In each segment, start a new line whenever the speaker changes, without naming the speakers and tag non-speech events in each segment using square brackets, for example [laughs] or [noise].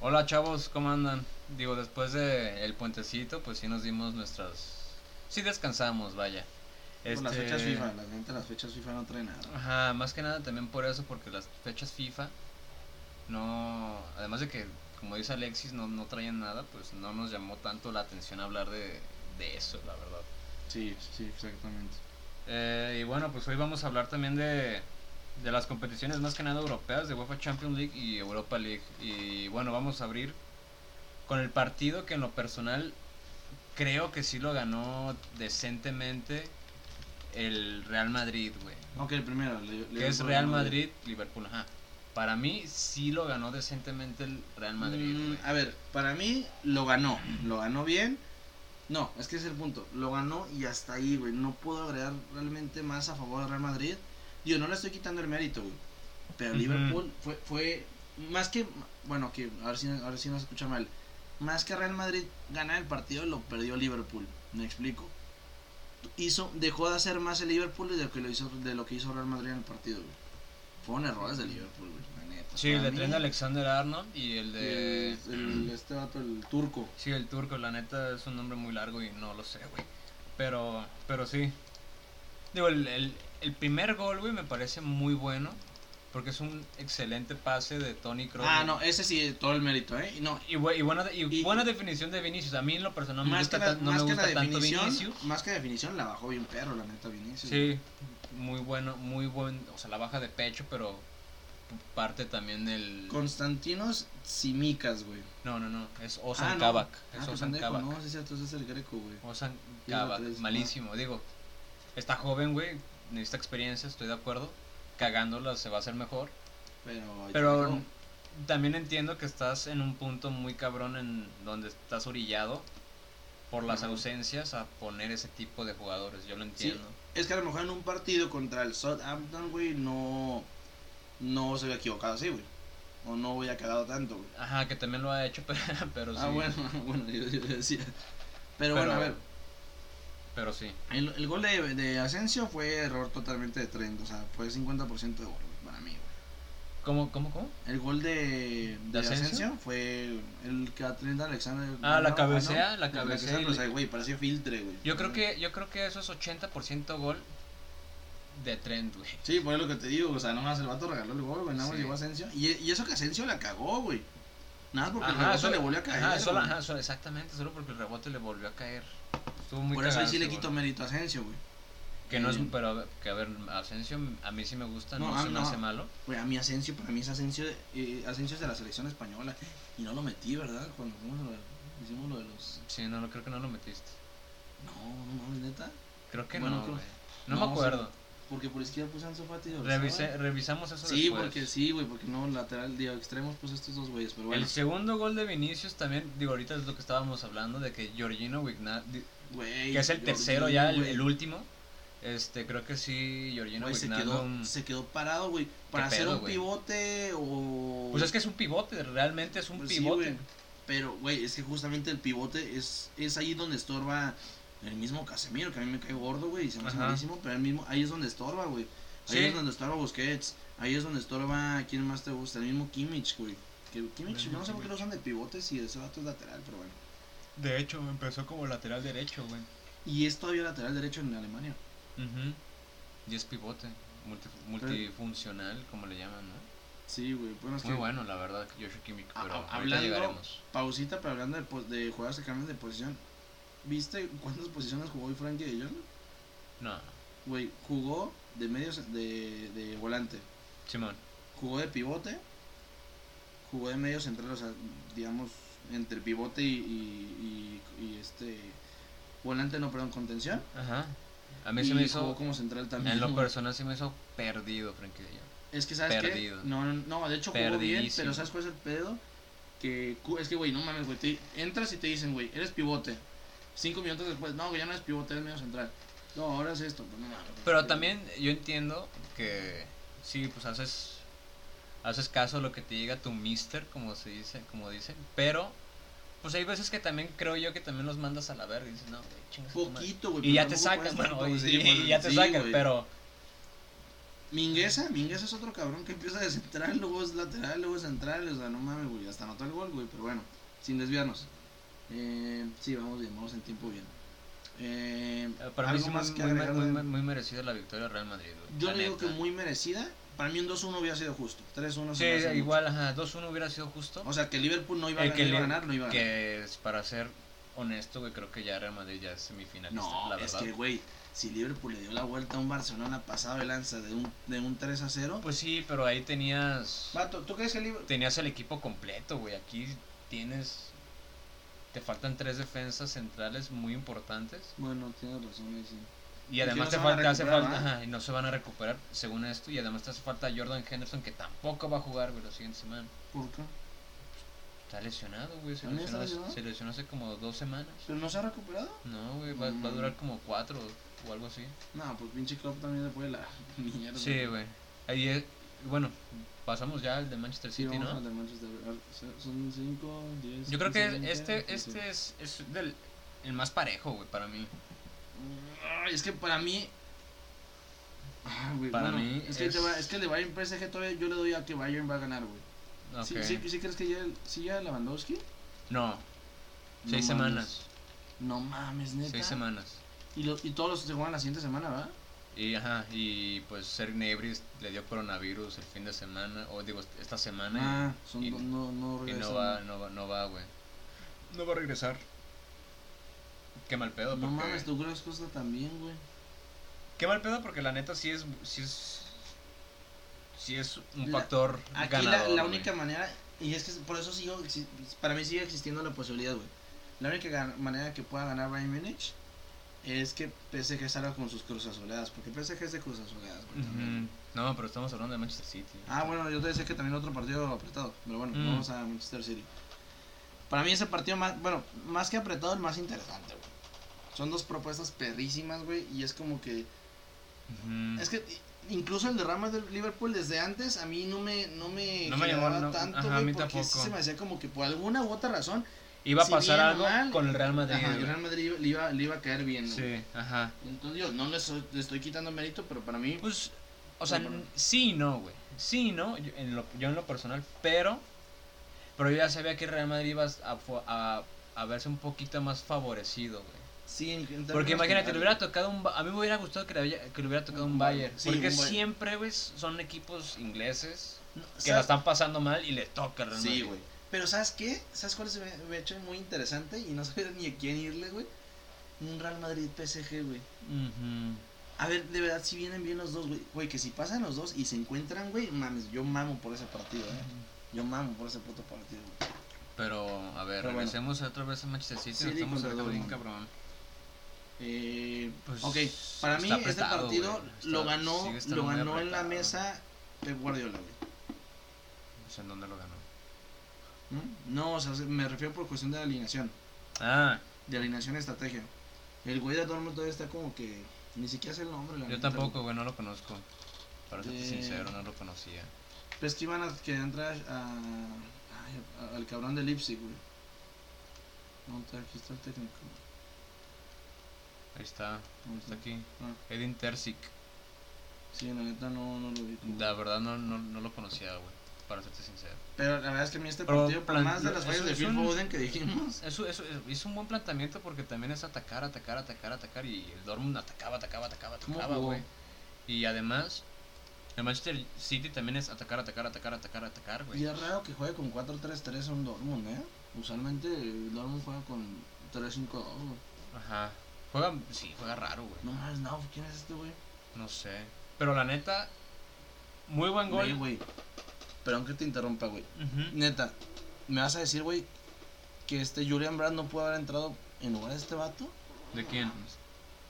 Hola chavos, ¿cómo andan? Digo, después de el puentecito, pues sí nos dimos nuestras... Sí descansamos, vaya.
Por las
Este,
fechas FIFA, la gente las fechas FIFA no trae nada.
Ajá, más que nada también por eso, porque las fechas FIFA no... Además de que, como dice Alexis, no, no traían nada, pues no nos llamó tanto la atención hablar de, de eso, la verdad.
Sí, sí, exactamente.
Eh, y bueno, pues hoy vamos a hablar también de, de las competiciones más que nada europeas, de UEFA Champions League y Europa League. Y bueno, vamos a abrir con el partido que en lo personal creo que sí lo ganó decentemente el Real Madrid, güey.
Ok, el primero. Le,
Que es Real Madrid, Liverpool, ajá. Para mí sí lo ganó decentemente el Real Madrid,
Mm,
güey.
a ver, para mí lo ganó. Lo ganó bien. No, es que ese es el punto. Lo ganó y hasta ahí, güey. No puedo agregar realmente más a favor de Real Madrid. Yo no le estoy quitando el mérito, güey. Pero
Ujú.
Liverpool fue, fue más que. Bueno, que a ver si, a ver si no se escucha mal. Más que Real Madrid ganar el partido, lo perdió Liverpool. Me explico. Hizo, dejó de hacer más el Liverpool de lo que, lo hizo, de lo que hizo Real Madrid en el partido, güey. Fueron errores de Liverpool, güey. la neta.
Sí, el
Para
de
mí-
Trent Alexander Arnold y el de...
el, el- este vato, el turco.
Sí, el turco, la neta es un nombre muy largo y no lo sé, güey. Pero, pero sí. Digo, el, el, el primer gol, güey, me parece muy bueno. Porque es un excelente pase de Tony Kroos.
Ah,
güey.
no, ese sí, todo el mérito, ¿eh? Y No,
Y, bu- y buena, de- y
Y-
buena definición de Vinicius. A mí en lo personal me
más
gusta,
que la,
tan- no
más
me
que
gusta
la
tanto
definición,
Vinicius.
más que la definición la bajó bien perro, la neta Vinicius.
Sí, muy bueno, muy buen. O sea, la baja de pecho, pero parte también del.
Constantinos Simicas, güey.
No, no, no. Es Ozan
Ah, no.
Kabak.
Ah,
Es
qué
Ozan
pendejo,
Kabak.
no, sí, es cierto, ese es el greco, güey.
Ozan
Sí, lo
Kabak,
traes,
malísimo. Digo, está joven, güey, necesita experiencia, estoy de acuerdo. Cagándola se va a hacer mejor.
Pero,
Pero
no.
también entiendo que estás en un punto muy cabrón en donde estás orillado por las
Ajá.
ausencias a poner ese tipo de jugadores. Yo lo
Sí,
entiendo.
es que a lo mejor en un partido contra el Southampton, güey, no no se había equivocado así, güey. O no hubiera cagado tanto, güey.
Ajá, que también lo ha hecho, [laughs] pero, pero sí.
Ah, bueno, [laughs] bueno, yo, yo decía. Pero, bueno, a
Pero-
ver,
Pero sí.
El, el gol de, de Asensio fue error totalmente de Trent, o sea, fue 50% de gol güey, para mí. güey.
¿Cómo, cómo, cómo?
El gol de,
¿De
de
Asensio?
Asensio? fue el que a Trent Alexander.
Ah, la
ganó,
cabecea,
ganó.
la cabecea
pero, o sea, güey, pareció filtre, güey.
Yo creo que, yo creo que eso es 80% gol de Trent, güey.
Sí, por lo que te digo, o sea, nomás el vato regaló el gol, güey, nada más
Sí.
llegó Asensio. Y, y eso que Asensio la cagó, güey. Nada, más porque el
Ajá,
rebote
solo-
le volvió a caer.
Ajá, solo-
güey.
ajá, solo- exactamente, solo porque el rebote le volvió a caer. Estuvo muy
por eso ahí
cagado
sí le
ese
quito
gol.
mérito a Asensio, güey.
Que no es,
Mm.
pero que a ver, Asensio a mí sí me gusta, no,
No, ah,
se me
no.
hace malo.
Güey, a mí Asensio, para mí es Asensio, eh, Asensio es de la selección española. Y no lo metí, ¿verdad? Cuando hicimos lo de- hicimos lo de los
Sí, no, no creo que no lo metiste.
No, no mames, neta.
Creo que
Bueno,
no,
creo-
güey. No,
no,
me
sí.
acuerdo.
Porque por izquierda puse a Ansu Fati y a Orzabal.
Revisé, revisamos eso
Sí,
después.
porque sí, güey, porque no lateral, digo, extremos puse estos dos güeyes, pero bueno.
El segundo gol de Vinicius también, digo, ahorita es lo que estábamos hablando de que Georgino Wigna, di-
Güey,
que es el
Jorginho,
tercero ya, el,
güey.
el último. Este, creo que sí, Georgino
Güey, se quedó,
Wijnaldum-
se quedó parado, güey, para
mm. ¿Qué
hacer
pedo,
un
güey?
pivote o
Pues es que es un pivote, realmente es un
Pues sí,
pivote.
güey. pero güey, es que justamente el pivote es es ahí donde estorba el mismo Casemiro, que a mí me cae gordo, güey, y se me hace
Ajá.
malísimo, pero el mismo ahí es donde estorba, güey.
Sí.
Ahí es donde estorba Busquets, ahí es donde estorba quién más te gusta, el mismo Kimmich, güey. Que Kimmich, yo no sé por qué lo usan de pivote si ese vato es lateral, pero bueno.
De hecho, empezó como lateral derecho, güey.
Y es todavía lateral derecho en Alemania.
Ujú. Y es pivote, multi- multifuncional, como le llaman, ¿no?
Sí, güey. Bueno, es
Muy
que-
bueno, la verdad, Joshua Kimmich,
A-
pero
a-
ahorita
Ah, hablando-
llegaremos.
Pausita, pero hablando de, pos- de jugadores que cambian de posición. ¿Viste cuántas posiciones jugó hoy Frankie de Jong?
No,
Güey, jugó de medios de, de volante.
Simón.
Jugó de pivote. Jugó de medio central, o sea, digamos, entre pivote y, y, y- y este. Volante, no, perdón, contención.
Ajá. A mí
y
se me
jugó
hizo,
como central también. [laughs]
en lo
güey.
personal, se me hizo perdido, Frankie de Jong.
Es que sabes que
Perdido.
no, no, no, de hecho jugó bien,
Perdidísimo.
pero sabes cuál es el pedo que cu- es que güey, no mames, güey, te- entras y te dicen, güey, eres pivote. Cinco minutos después, no, güey, ya no eres pivote, eres medio central. No, ahora es esto, pues no mames. güey.
Pero también yo entiendo que sí, pues haces haces caso a lo que te llega tu mister, como se dice, como dicen, pero pues hay veces que también creo yo que también los mandas a la verga y dices, "No, güey, chingas a tu madre".
poquito,
Y
güey. pero
ya te
tampoco
sacan,
puedes
bueno,
tanto,
y,
pues, sí,
y- y
güey,
ya te
sí,
sacan,
güey.
pero
Mingueza, Mingueza es otro cabrón que empieza de central, luego es lateral, luego es central, o sea, no mames, güey, hasta anotó el gol, güey, pero bueno, sin desviarnos. Eh, sí, vamos bien, vamos en tiempo bien. Eh,
Ah, Para mí
algo
sí,
más
muy,
que
muy-
agregar de-
muy- muy- muy merecida la victoria del Real Madrid. güey,
Yo
la
le digo que
neta.
muy merecida. Para mí un 2-1 hubiera sido justo. 3-1
Sí,
se me hace mucho.
igual, ajá, 2-1 hubiera sido justo.
O sea, que Liverpool no iba, a
Eh,
ganar,
que
no iba a
le-
ganar, no iba a ganar.
que es- para ser honesto, güey, creo que ya Real Madrid ya es semifinalista,
No,
la
es
verdad.
que, güey, si Liverpool le dio la vuelta a un Barcelona pasado de lanza de un, de un 3-0.
Pues sí, pero ahí tenías
Vato, ¿tú crees que Liverpool...?
tenías el equipo completo, güey. Aquí tienes te faltan tres defensas centrales muy importantes
Bueno, tienes razón, ahí sí.
y
que
además
no
te,
se van a
falta, hace
recuperar,
falta,
¿verdad?
ajá, y no se van a recuperar según esto y además te hace falta Jordan Henderson que tampoco va a jugar, güey, la siguiente semana.
¿Por qué?
Está lesionado, güey, se
¿También
lesionó,
está
hace-
lesionado?
se lesionó hace como dos semanas.
¿Pero no se ha recuperado?
No, güey, va,
Mm.
va a durar como cuatro o algo así.
No, pues pinche Klopp también se fue la [laughs] mierda.
Sí, güey. Ahí es- bueno, pasamos ya al de Manchester
Sí,
City,
vamos
¿no?
al de Manchester. Ar- Son 5, 10...
Yo creo que este este es, es del, el más parejo, güey, para mí.
Ay, Es que para mí. Ah, güey,
Para
bueno,
mí
es que,
es-
te va- es que el de Bayern PSG todavía yo le doy a que Bayern va a ganar, güey.
Ok.
¿Sí, sí, sí crees que ya, sí ya Lewandowski?
No,
No
seis
mames.
semanas.
No mames, neta.
Seis semanas.
Y, lo- y todos los se juegan la siguiente semana, ¿verdad?
Y, ajá, y pues Sergio Nebris le dio coronavirus el fin de semana, o digo, esta semana.
Ah, son
y-
do- no, no
y
regresan.
no va, no va, no va, güey. No va a regresar. Qué mal pedo,
No
porque...
mames, tú crees que está también, güey.
Qué mal pedo porque la neta sí es sí es sí es un
La-
factor
Aquí
ganador.
la, la
güey.
única manera, y es que por eso sigo, exi- para mí sigue existiendo la posibilidad, güey. La única gan- manera que pueda ganar Bayern Múnich es que PSG salga con sus cruzazoleadas, porque PSG es de cruzazoleadas, güey. también.
Ujú. No, pero estamos hablando de Manchester City.
Ah, bueno, yo te decía que también otro partido apretado, pero bueno,
Mm.
vamos a Manchester City. Para mí ese partido más, bueno, más que apretado, el más interesante, güey. Son dos propuestas perrísimas, güey, y es como que
Ujú.
es que incluso el derrame del Liverpool desde antes a mí no me no me,
No me llamó,
generaba
no,
tanto,
ajá, a
güey,
mí
porque sí
tampoco.
se me hacía como que por alguna u otra razón
iba a
si
pasar
bien o
algo
mal,
con el Real Madrid.
ajá, el
güey.
Real Madrid le iba, le iba a caer bien. güey.
Sí, ajá.
Entonces yo no le, so- le estoy quitando mérito, pero para mí
Pues o sea,
No, pero-
sí y no, güey. Sí y no, yo en lo, yo en lo personal, pero pero yo ya sabía que el Real Madrid iba a, fu- a, a verse un poquito más favorecido, güey.
sí en- en términos
Porque imagínate, le hubiera
generales.
tocado un... Ba- A mí me hubiera gustado que le, haya- que le hubiera tocado un
Un Bayern.
Bayern.
Sí,
porque
un Bayern.
siempre, güey, son equipos ingleses
No,
que
¿sabes?
la están pasando mal y le toca el Real
Sí,
Madrid.
güey. Pero ¿sabes qué? ¿Sabes cuál se me, me ha hecho muy interesante? Y no [laughs] sabía ni a quién irle, güey. Un Real Madrid PSG, güey.
Ujú.
A ver, de verdad, si vienen bien los dos, güey. Güey, que si pasan los dos y se encuentran, güey, mames, yo mamo por ese partido, eh. Yo mamo por ese puto partido, güey.
Pero, a ver,
Pero bueno.
regresemos otra vez a Manchester City.
City
nos estamos
contra
sacando bien,
Dortmund.
cabrón.
Eh,
Pues,
ok, para mí
está
este
apretado,
partido
güey. Está-
lo ganó,
sigue estando
lo
muy
ganó en la
apretado.
mesa Pep Guardiola, güey.
O sea, ¿en dónde lo ganó?
¿Mm? No, o sea, se- me refiero por cuestión de alineación.
Ah,
De alineación y estrategia. El güey de Dortmund todavía está como que... Ni siquiera sé el nombre, la
yo
neta,
tampoco, güey, no lo conozco. Para serte
Eh.
sincero, no lo conocía.
Pues que iban a que entrar a, ay, a- al cabrón de Leipzig, güey. No, está- aquí está el técnico.
Ahí está,
No,
está
está aquí.
aquí.
Ah,
Edin Terzic.
sí, la neta no, no lo vi.
La verdad no, no, no lo conocía, güey. Para serte sincero.
Pero la verdad es que a mí este
Pero
partido, por
plan-
más de las
es-
fallas de
es
Phil
un-
Foden que dijimos,
Eso, eso, eso- hizo un buen planteamiento porque también es atacar, atacar, atacar, atacar. Y el Dortmund atacaba, atacaba, atacaba,
¿Cómo
atacaba,
jugó?
güey. Y además, el Manchester City también es atacar, atacar, atacar, atacar, atacar,
y
güey.
es raro que juegue con 4-3-3 un Dortmund, ¿eh? Usualmente el Dortmund juega con 3-5-2, güey.
Ajá. Juega, sí, juega raro, güey.
No mames, no, ¿quién es este, güey?
No sé. Pero la neta, muy buen
Ve,
gol.
güey. Perdón que te interrumpa, güey.
Ujú.
Neta, ¿me vas a decir, güey, que este Julian Brand no puede haber entrado en lugar de este vato?
¿De quién?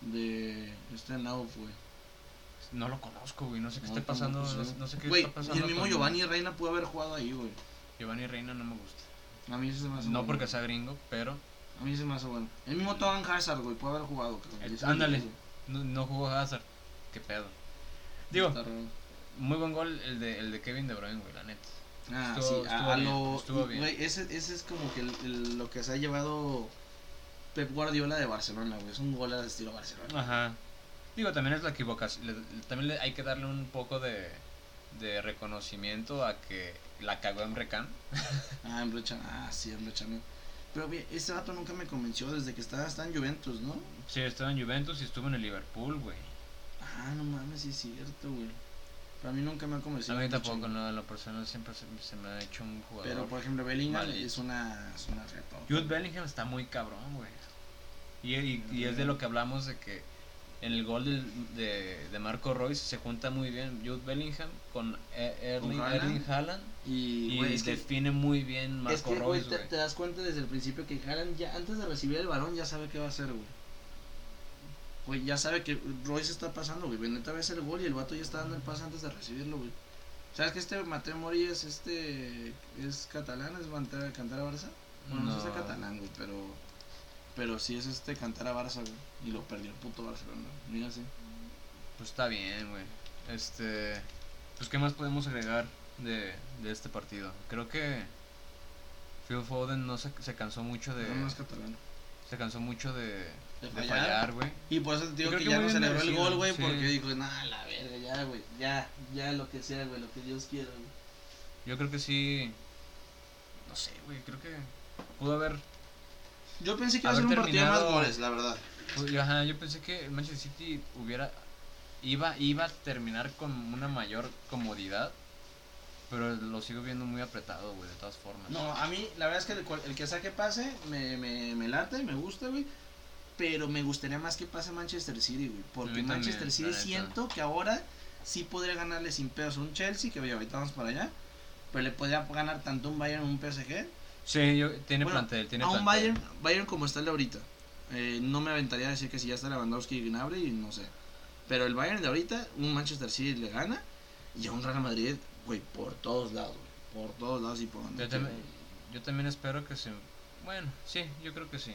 de este Nauf, güey.
No lo conozco, güey. No sé qué
No,
está pasando.
tampoco
No,
sé.
sé- no sé qué
Güey,
está pasando.
y el mismo
con-
Giovanni Reina pudo haber jugado ahí, güey.
Giovanni Reina no me gusta.
A mí se me hace
No
bueno.
porque sea gringo, pero
A mí se me hace bueno. El mismo Toban Hazard, güey, pudo haber jugado. cabrón.
Eh,
Y eso
ándale.
es lo que
no, no jugó Hazard. Qué pedo. Digo,
digo. Está raro.
Muy buen gol el de, el de Kevin De Bruyne, güey, la neta.
Ah,
estuvo-
sí,
estuvo
a, a
bien,
lo.
estuvo bien.
Güey, ese, ese es como que el- el- lo que se ha llevado Pep Guardiola de Barcelona, güey. Es un gol al estilo Barcelona.
Ajá. Digo, también es la equivocación. le- también le- hay que darle un poco de, de reconocimiento a que la cagó en Recam.
Ah, en Breccia- Ah, sí, en Breccia, no. Pero bien, este vato nunca me convenció desde que estaba hasta en Juventus, ¿no?
Sí, estuvo en Juventus y estuvo en el Liverpool, güey.
Ah, no mames, sí es cierto, güey. Para mí nunca me ha
a
convencido.
mí
mucho.
tampoco, no, en lo personal siempre se, se me ha hecho un jugador.
Pero, por ejemplo, Bellingham
Maldito.
es una, es una repa.
Jude Bellingham está muy cabrón, güey. Y, y- y es de lo que hablamos de que en el gol del- de, de Marco Royce se junta muy bien Jude Bellingham con E- Erling,
Haaland.
Erling Haaland
Y,
y
güey, es que,
define muy bien
es
Marco
que güey,
Royce,
te,
güey.
te das cuenta desde el principio que Haaland ya antes de recibir el balón ya sabe qué va a hacer, güey. Güey, ya sabe que Royce está pasando, güey. Beneta ve el gol y el vato ya está dando el pase antes de recibirlo, güey. ¿Sabes que este Mateo Mori es este es catalán, es cantar, cantar a Barça? Bueno, no, sé si es catalán, güey, pero pero sí es este cantar a Barça, güey. Y lo perdió el puto Barcelona. Mira sí.
Pues está bien, güey. Este, pues qué más podemos agregar de, de este partido. Creo que Phil Foden no se, se cansó mucho de
No, no es catalán.
se cansó mucho de,
De
de
fallar.
fallar, güey.
Y por eso te digo
Creo
que,
que
ya
muy
no
bien
celebró el
merecido,
gol, güey,
sí.
porque dijo, nah, la verga, ya, güey, ya, ya lo que sea, güey, lo que Dios quiera, güey.
Yo creo que sí. No sé, güey. Creo que pudo haber
Yo pensé que iba a ser
Haber
un partido de más
terminado-
goles, la verdad.
Pues, yo- ajá, yo pensé que el Manchester City hubiera iba iba a terminar con una mayor comodidad, pero lo sigo viendo muy apretado, güey, de todas formas.
No, a mí, la verdad es que el, cual- el que saque pase me, me, me late, me gusta, güey. Pero me gustaría más que pase Manchester City, güey. Porque
también,
Manchester
la
City
neta.
siento que ahora sí podría ganarle sin pedos a un Chelsea, que oye, ahorita vamos para allá. Pero le podría ganar tanto un Bayern como un PSG.
Sí, yo- tiene
Bueno,
plantel, tiene
a
plantel.
un Bayern, Bayern como está el de ahorita. Eh, no me aventaría a decir que si ya está Lewandowski y Gnabry, no sé. Pero el Bayern de ahorita, un Manchester City le gana. Y a un Real Madrid, güey, por todos lados, güey. Por todos lados y por donde.
Yo,
quiera.
también, yo también espero que se bueno, sí, yo creo que sí.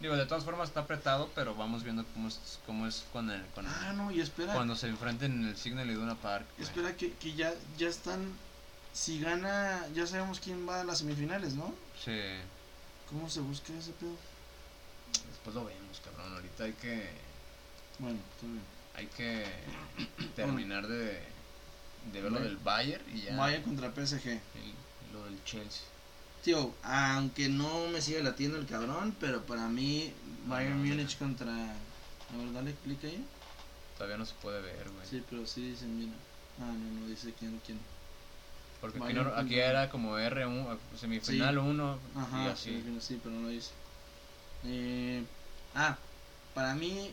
Digo, de todas formas está apretado, pero vamos viendo cómo es, cómo es con el, con el-
Ah, no, y espera.
cuando se enfrenten en el Signal Iduna Park. güey.
Espera que, que ya, ya están. Si gana, ya sabemos quién va a las semifinales, ¿no?
Sí.
¿Cómo se busca ese pedo?
Después lo vemos, cabrón. Ahorita hay que
Bueno, está bien.
Hay
[clears throat]
que terminar de, de ver lo del Bayern y ya.
Bayern contra PSG.
Y- y lo del Chelsea.
Tío, aunque no me siga latiendo el cabrón, pero para mí, Bayern
no,
Múnich contra. A ver, dale clic ahí.
Todavía no se puede ver, güey.
Sí, pero sí dicen, mira. Ah, no, no dice quién, quién.
Porque aquí,
Bayern
no- aquí
contra-
era como R1, semifinal
Sí.
1 y
Ajá,
así.
sí, sí, pero no dice. Eh, ah, para mí,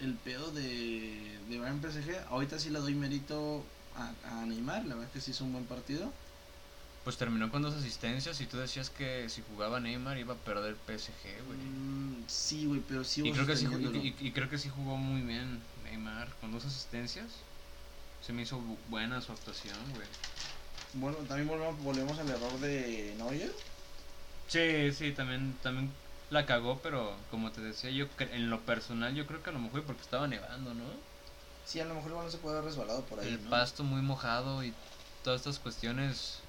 el pedo de, de Bayern PSG, ahorita sí le doy mérito a, a Neymar, la verdad es que sí hizo un buen partido.
Pues terminó con dos asistencias y tú decías que si jugaba Neymar iba a perder PSG, güey.
Mm, sí, güey, pero sí
Y
hubo
creo, que sí, ju-
sosteniéndolo.
y- y- y creo que sí jugó muy bien Neymar con dos asistencias. Se me hizo bu- buena su actuación, güey.
Bueno, también volvemos, volvemos al error de Neuer.
Sí, sí, también, también la cagó, pero como te decía, yo cre- en lo personal yo creo que a lo mejor porque estaba nevando, ¿no?
Sí, a lo mejor el balón se puede haber resbalado por ahí.
el
¿no?
pasto muy mojado y todas estas cuestiones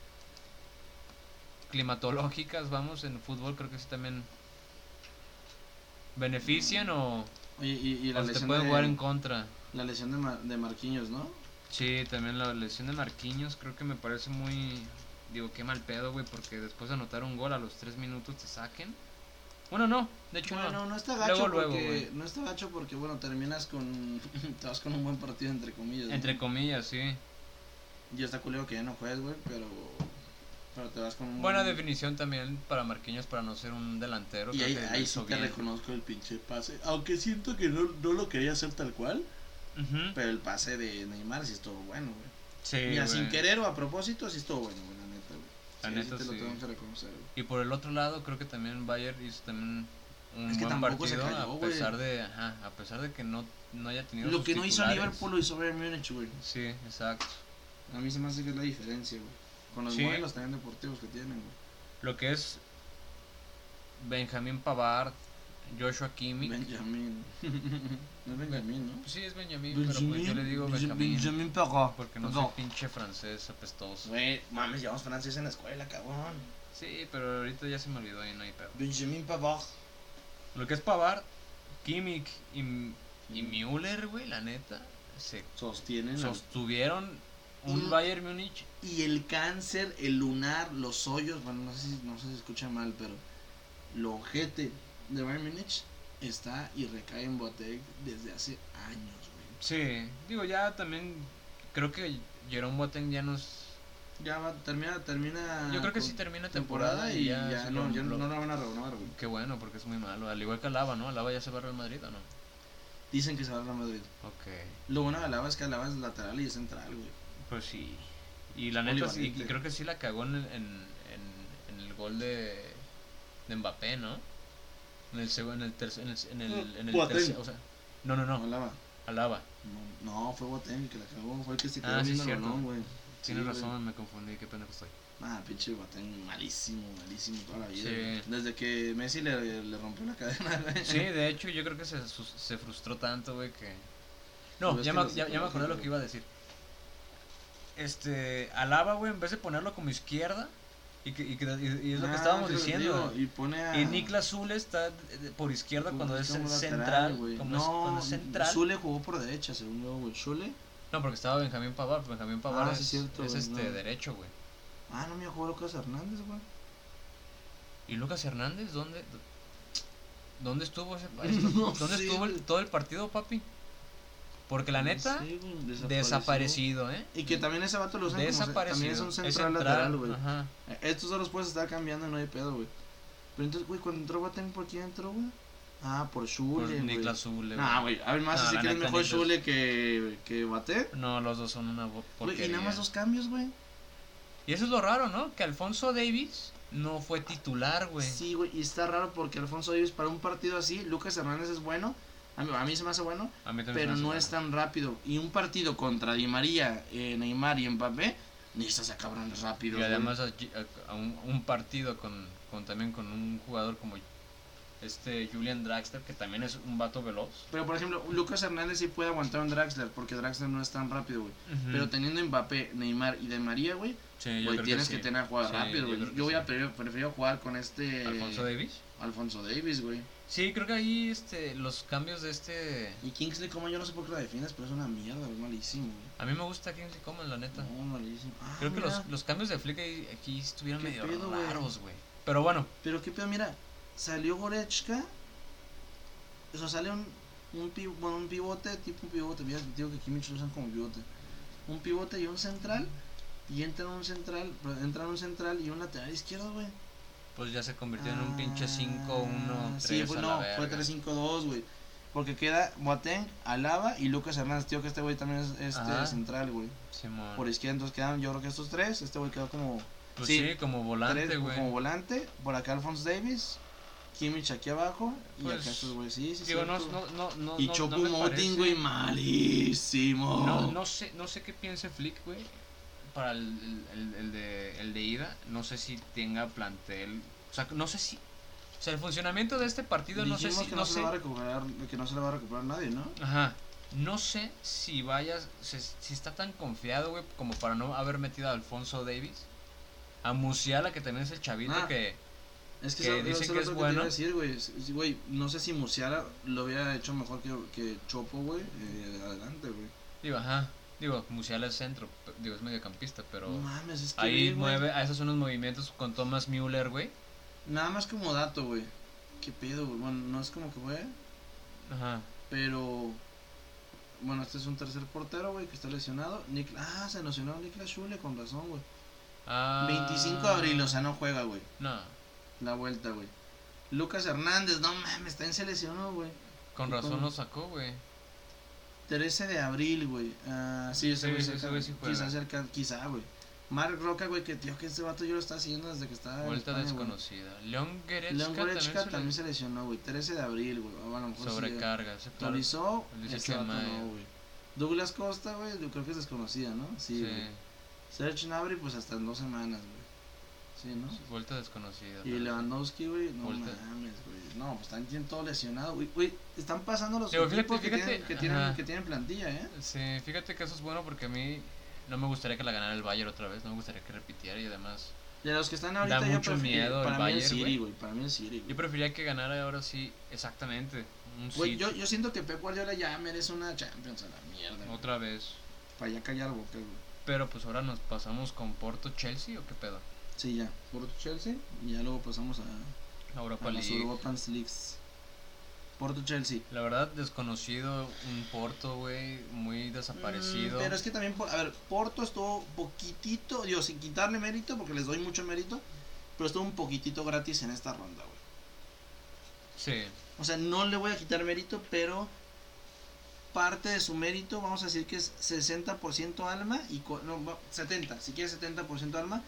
climatológicas, vamos, en fútbol creo que sí también benefician o,
Oye, y, y la,
o se te
lesión
puede jugar
de,
en contra.
la lesión de, Mar- de Marquinhos, ¿no?
Sí, también la lesión de Marquinhos creo que me parece muy... Digo, qué mal pedo, güey, porque después de anotar un gol a los tres minutos te saquen. Bueno, no, de hecho
Bueno,
no.
no, está gacho
Luego, luego,
porque
güey.
no está gacho porque bueno, terminas con [laughs] te vas con un buen partido entre comillas. ¿no?
Entre comillas, sí.
Yo está culero que ya no juegues, güey, pero pero te vas con un
Buena
buen-
definición también para Marquinhos para no ser un delantero.
Y
creo
ahí,
que lo
ahí sí
hizo
te
bien.
reconozco el pinche pase, aunque siento que no, no lo quería hacer tal cual,
Ujú.
pero el pase de Neymar sí estuvo bueno, güey.
Sí,
Mira, sin
güey.
querer o a propósito sí estuvo bueno, güey, la neta, güey.
La
Sí,
neta,
sí te
sí.
lo tengo que reconocer, güey.
Y por el otro lado, creo que también Bayern hizo también un
Es que
buen
tampoco se
partido
cayó,
a
güey.
pesar de ajá, a pesar de que no, no haya tenido
Lo
sus
que no hizo
titulares.
Liverpool lo hizo Bayern Múnich, güey.
Sí, exacto.
A mí se me hace que es la diferencia, güey. Con los
Sí.
modelos también deportivos que tienen, güey.
Lo que es Benjamín Pavard, Joshua Kimmich.
Benjamín. [laughs] no es Benjamín, ¿no?
Pues sí, es Benjamín, pero pues yo le digo Benjamín
Pagó.
porque no soy pinche francés apestoso.
Güey, mames, llevamos francés en la escuela, cabrón.
Sí, pero ahorita ya se me olvidó y no hay pedo.
Benjamin Pavard.
Lo que es Pavard, Kimmich y y Müller, güey, la neta, se
Sostienen. la-
sostuvieron un
Y-
Bayern Múnich.
Y el cáncer, el lunar, los hoyos, bueno, no sé si, no sé si se escucha mal, pero lo ojete de Bayern Munich está y recae en Boateng desde hace años, güey.
Sí, digo, ya también creo que Jerome Boateng ya nos...
Ya va, termina, termina.
Yo creo que
Ah, con-
sí termina
temporada, y ya,
se
no,
lo-
ya
lo-
no la van a renovar, güey.
Qué bueno, porque es muy malo. Al igual que Alaba, ¿no? Alaba ya se va al Real Madrid, ¿o no?
Dicen que se va a Real Madrid.
Ok.
Lo bueno de Alaba es que Alaba es lateral y es central, güey.
Pues sí. Y la neta, sí,
Polivalente.
y creo que sí la cagó en, en- en- en el gol de, de Mbappé, ¿no? En el seg- en el tercer, en el, en el, en el
Ah, Boateng.
tercer- o sea, no, no,
No,
no,
Alaba.
Alaba.
No, no, fue Boateng el que la cagó, fue el que se quedó
Ah, sí,
viendo el
cierto.
balón, güey.
Tienes
Sí, güey.
razón, me confundí, qué pendejo estoy.
Ah, pinche Boateng, malísimo, malísimo toda la vida.
Sí.
güey. Desde que Messi le, le rompió la cadena, [laughs] güey.
Sí, de hecho, yo creo que se, sus- se frustró tanto, güey, que... No,
Pero es
ya,
que
me,
los-
ya, ya me acordé lo que iba a decir. Este, Alaba, güey, en vez de ponerlo como izquierda, y, que, y, que- y- y es lo
Ah,
que estábamos
es lo que
diciendo,
digo, Y pone a...
Y Niklas Zule está eh, por izquierda
como-
cuando es
como lateral,
central.
güey.
Como es,
no,
cuando es central.
Zule jugó por derecha, según yo, güey. Zule.
No, porque estaba Benjamín Pavar. Benjamín Pavar
Ah,
es,
sí, cierto,
es
güey,
este
no.
derecho, güey.
Ah, no, me jugó Lucas Hernández, güey.
¿Y Lucas Hernández? ¿Dónde, dónde estuvo ese
[laughs]
esto-
No
¿Dónde
sé,
estuvo el-
güey.
todo el partido, papi? Porque la neta,
Pues Sí, güey,
desaparecido, ¿eh?
Y que también ese vato lo usan como ce-
desaparecido.
también es un central, lateral, güey.
Ajá.
Eh, Estos dos los puedes estar cambiando, no hay pedo, güey. Pero entonces, güey, cuando entró Boateng, ¿por quién entró, güey? Ah, por
Por
Zule, güey.
Niklas Zule.
Nah, güey, además
No,
así
la
que es
neta,
mejor
Niklas.
Zule que, que Boateng.
No, los dos son una bo-
Güey,
porquería.
y nada más dos cambios, güey.
Y eso es lo raro, ¿no? Que Alfonso Davis no fue titular, güey.
Sí, güey, y está raro porque Alfonso Davis para un partido así, Lucas Hernández es bueno, a mí, a mí se me hace bueno,
A mí también se me
pero
hace
no
raro.
es tan rápido. Y un partido contra Di María, eh, Neymar y Mbappé, necesitas a cabrones rápidos.
Y
güey.
además a, a- a un, un partido con, con también con un jugador como este Julian Draxler, que también es un vato veloz.
Pero por ejemplo, Lucas Hernández sí puede aguantar un Draxler, porque Draxler no es tan rápido, güey. Pero teniendo Mbappé, Neymar y Di María, güey,
Mm. Sí, yo
güey,
creo
tienes
sí.
que, tener a jugar
Sí,
rápido,
yo
güey. Yo,
creo que
voy
sí.
a prefiero, prefiero jugar con este
Alfonso Davis.
Alfonso Davis, güey.
Sí, creo que ahí este, los cambios de este...
Y Kingsley, como yo no sé por qué la defiendes, pero es una mierda, güey, malísimo, güey.
A mí me gusta Kingsley Coman, la neta.
No, malísimo. Ah,
creo que
mira.
los, los cambios de Flick ahí- aquí estuvieron
¿Qué
medio
pedo, güey?
raros, güey. Pero bueno,
Pero qué pedo, mira, salió Gorechka. O sea, sale un, un, pi- bueno, un pivote, tipo un pivote. Mira, digo que Kimmich lo usan como pivote. Un pivote y un central. Y entra un central, pero entra un central y un lateral izquierdo, güey.
pues ya se convirtió en un pinche
Ah,
5-1-3
Sí, fue,
a la
no,
verga.
fue 3-5-2, güey. Porque queda Boateng, Alaba y Lucas Hernández. Tío, que este güey también es este
Ajá. Ah.
central, güey.
Simón.
Por izquierda, entonces quedan, yo creo que estos tres. Este güey quedó como
Pues
sí,
sí, como volante,
tres,
güey.
como volante, por acá Alphonse Davis, Kimmich aquí abajo y
Pues,
acá estos güey, sí, sí,
Digo, no,
cierto.
no, no, no,
y
no- no
Chopu
me
Moting,
parece-
güey, malísimo.
No, no sé, no sé qué piense Flick, güey. Para el, el- el de, el de ida, no sé si tenga plantel. O sea, no sé si. O sea, el funcionamiento de este partido, no sé
Dijimos
si.
que
No
se
sé,
le va a recuperar, que no se le va a recuperar nadie, ¿no?
ajá. No sé si vayas. se- si está tan confiado, güey, como para no haber metido a Alfonso Davis. A Musiala, que también es el chavito
Ah.
que.
Es que,
Que
eso-
dicen
eso
que
es
es
lo que te iba
bueno.
a decir, güey. Es- es- Güey, no sé si Musiala lo hubiera hecho mejor que, que Chopo, güey. eh, adelante, güey.
Digo, ajá. Digo, Musiala es centro. pe- Digo, es mediocampista, pero.
No mames, es que.
Ahí
ve, güey,
mueve, a esos son los movimientos con Thomas Müller, güey.
Nada más como dato, güey. ¿Qué pedo, güey? Bueno, no es como que, güey.
Ajá.
Pero bueno, este es un tercer portero, güey, que está lesionado. Nick- ah, se lesionó Niklas Schule con razón, güey.
Ah,
25 de abril, o sea, no juega, güey.
No,
La vuelta, güey. Lucas Hernández, no mames, también se lesionó, güey.
con
¿Y
razón
cuándo?
lo sacó, güey.
13 de abril, güey. Ah, sí, ese
Sí,
güey
ese
se
güey sí juega.
Quizás cerca, quizá, güey. Mark Roca, güey, que tío, que este vato yo lo está haciendo desde que estaba. en
Vuelta
España, Ah, güey.
desconocida. León Goretzka,
Leon Goretzka también
también se
se lesionó, güey. 13 de abril, güey. Ah, Bueno,
le
a lo mejor sí, güey.
sobrecarga. ese claro.
Actualizó,
El 18
este
de
vato
mayo.
no, güey. Douglas Costa, güey, yo creo que es desconocida, ¿no? Sí.
Sí,
güey. Serge Gnabry, pues hasta en dos semanas, güey. Sí, ¿no?
Vuelta desconocida.
Y
¿no?
Lewandowski, güey, no
Volta.
mames, güey. No, pues están tienen todo lesionado, güey. Güey, están pasando los
Digo, fíjate,
equipos que,
fíjate,
tienen, que, tienen,
ajá.
que tienen plantilla, ¿eh?
Sí, fíjate que eso es bueno porque a mí no me gustaría que la ganara el Bayern otra vez. No me gustaría que repitiera y además.
De los que están ahorita
Da
yo
mucho
prefiero-
miedo el
para mí el
Bayern,
City,
güey.
güey, para mí el City. güey.
Yo preferiría que ganara ahora sí exactamente. Un
Güey,
City.
yo, yo siento que Pep Guardiola ya merece una Champions a la mierda. güey.
Otra vez.
Para ya callar bocas, güey.
Pero pues ahora nos pasamos con Porto Chelsea o qué pedo.
Sí, ya. Porto Chelsea. Y ya luego pasamos a,
La Europa
a las
League.
European Leagues. Porto Chelsea.
La verdad, desconocido, un Porto, güey, muy desaparecido.
Mm, Pero es que también, por- a ver, Porto estuvo poquitito, digo, sin quitarle mérito, porque les doy mucho mérito, pero estuvo un poquitito gratis en esta ronda, güey.
Sí,
O sea, no le voy a quitar mérito, pero parte de su mérito, vamos a decir que es 60% alma y co- no, va- 70, si quieres 70% alma,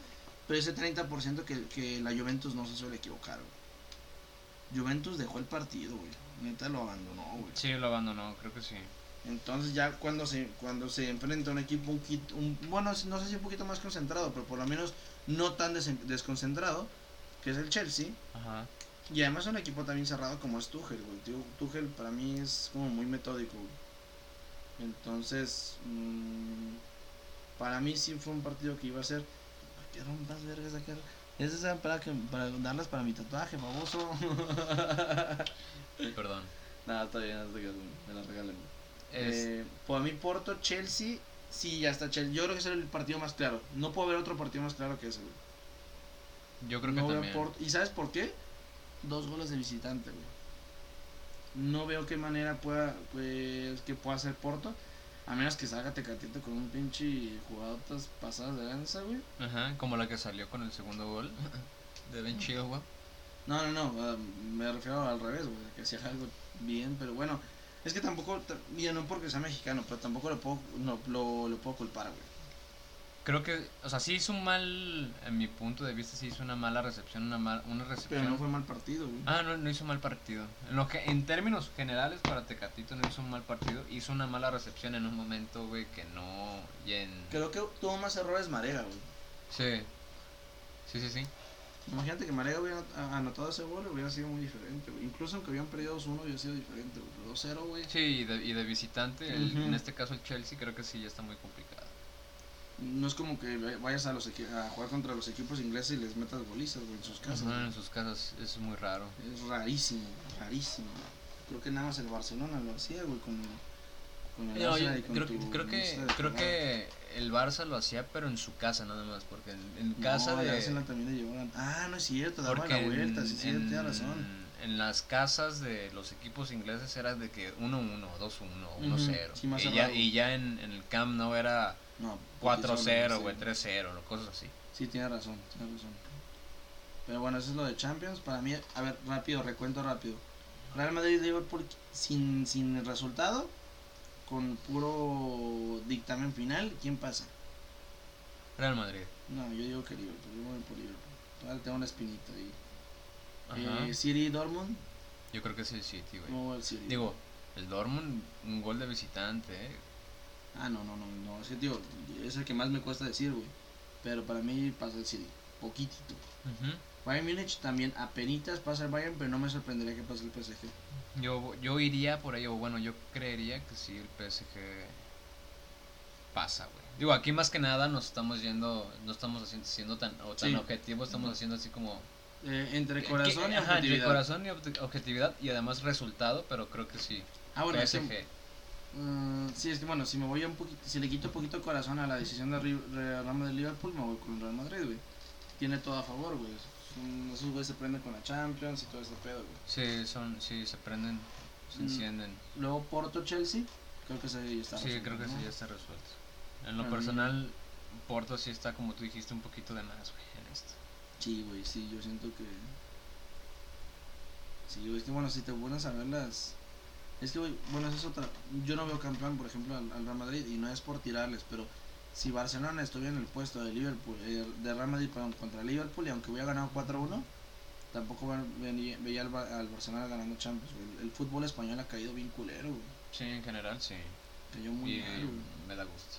pero ese 30% que, que la Juventus no se suele equivocar, güey. Juventus dejó el partido, güey. Neta lo abandonó, güey.
sí, lo abandonó, creo que sí.
Entonces ya cuando se cuando se enfrenta a un equipo un, quit- un- bueno, no sé si un poquito más concentrado, pero por lo menos no tan desen- desconcentrado, que es el Chelsea,
Ajá.
y además un equipo también cerrado como es Tuchel, güey. Tío, Tuchel para mí es como muy metódico. güey. Entonces, mm, para mí sí fue un partido que iba a ser "Ay, qué rompas vergas acá. Esas eran para que para darlas para mi tatuaje, [laughs] famoso.
Perdón.
Nada, está bien, no te creas, güey, me las regalen. güey.
Es-
Eh, por mí Porto, Chelsea, sí, ya está Chelsea. Yo creo que es el partido más claro. No puedo ver otro partido más claro que ese, güey.
yo creo que
No veo
también.
Porto- ¿Y sabes por qué? Dos goles de visitante, güey. No veo qué manera pueda, pues, que pueda hacer Porto. A menos que salga Tecatito con un pinche jugadotas pasadas de lanza, güey.
Ajá, como la que salió con el segundo gol [laughs] de Ben Chilwell.
No, no, no, ah, me refiero al revés, güey, que hacía algo bien, pero bueno, es que tampoco, ta- ya no porque sea mexicano, pero tampoco lo puedo, no, lo, lo puedo culpar, güey.
Creo que, o sea, sí hizo un mal, en mi punto de vista, sí hizo una mala recepción, una, mal, una recepción.
Pero no fue mal partido, güey.
Ah, no, no hizo mal partido. En, lo que, en términos generales, para Tecatito no hizo un mal partido. Hizo una mala recepción en un momento, güey, que no. Y en...
Creo que tuvo más errores Marega, güey.
Sí. Sí, sí, sí.
Imagínate que Marega hubiera a- anotado ese gol, hubiera sido muy diferente, güey. Incluso aunque hubieran perdido 2-1, hubiera sido diferente, güey. Pero 2-0, güey.
Sí, y de, y de visitante, el-
Ujú.
en este caso el Chelsea, creo que sí ya está muy complicado.
No es como que vayas a, los equi- a jugar contra los equipos ingleses y les metas golizas, güey, en sus casas.
Ajá,
güey.
en sus casas es muy raro.
Es rarísimo, rarísimo. Creo que nada más el Barcelona lo hacía, güey, con, con el
No, yo
Arsenal y con
creo,
tu
creo que
lista de
creo
jugadas.
que el Barça lo hacía pero en su casa nada más porque en, en
No,
casa
el
de
Arsenal también le llevó la... Ah, no es cierto, daba
porque
la vuelta, sí, sí,
en-
tiene razón.
en las casas de los equipos ingleses era de que 1-1, 2-1,
Ujú,
1-0.
sí, más
y, ya,
cerrado.
y ya en, en el Camp no era
No,
4-0,
sí.
güey, 3-0, o cosas así.
Sí, tiene razón, tiene razón. Pero bueno, eso es lo de Champions. Para mí, a ver, rápido, recuento rápido. Real Madrid y Liverpool sin, sin el resultado, con puro dictamen final, ¿quién pasa?
Real Madrid.
No, yo digo que Liverpool, yo voy por Liverpool. Todavía tengo una espinita ahí.
Ajá.
Eh, City Dortmund,
Yo creo que es el City, güey.
no el City.
Digo, el Dortmund, un gol de visitante, eh.
Ah, no, no, no, no, es que tío, es el que más me cuesta decir, güey. Pero para mí pasa el City, poquitito.
Ujú.
Bayern Múnich también apenitas pasa el Bayern, pero no me sorprendería que pase el PSG.
Yo, yo iría por ahí, o bueno, yo creería que sí, el PSG pasa, güey. Digo, aquí más que nada nos estamos yendo, no estamos haciendo, siendo tan, o tan
Sí.
objetivos, estamos haciendo así como...
Eh, entre
que-
corazón y
ajá, entre
objetividad.
corazón y obje- objetividad y además resultado, pero creo que sí.
Ah, bueno, es que,
PSG.
mm, sí, es que bueno, si me voy a un poquito, si le quito un poquito corazón a la decisión de Ri- Real Madrid de Liverpool, me voy con Real Madrid, güey. Tiene todo a favor, güey. Es un- Esos güeyes se prenden con la Champions y todo ese pedo, güey.
Sí, son, sí, se prenden, se
Mm.
encienden.
Luego Porto Chelsea, creo que ese ya está.
Sí,
resuelto,
creo que
¿no?
sí, ya está resuelto. En lo
Para mí-
personal, Porto sí está, como tú dijiste, un poquito de más, güey, en esto.
Sí, güey, sí, yo siento que. Sí, güey, es que bueno, si te pones a ver las. Es que, güey, bueno, esa es otra. Yo no veo campeón, por ejemplo, al, al Real Madrid, y no es por tirarles, pero si Barcelona estuviera en el puesto de Liverpool, eh, de Real Madrid, perdón, contra Liverpool, y aunque hubiera ganado 4-1, tampoco ven- venía- veía al, Bar- al Barcelona ganando Champions, güey. El, el fútbol español ha caído bien culero, güey.
Sí, en general, sí.
Cayó muy
y
mal, güey.
me da gusto.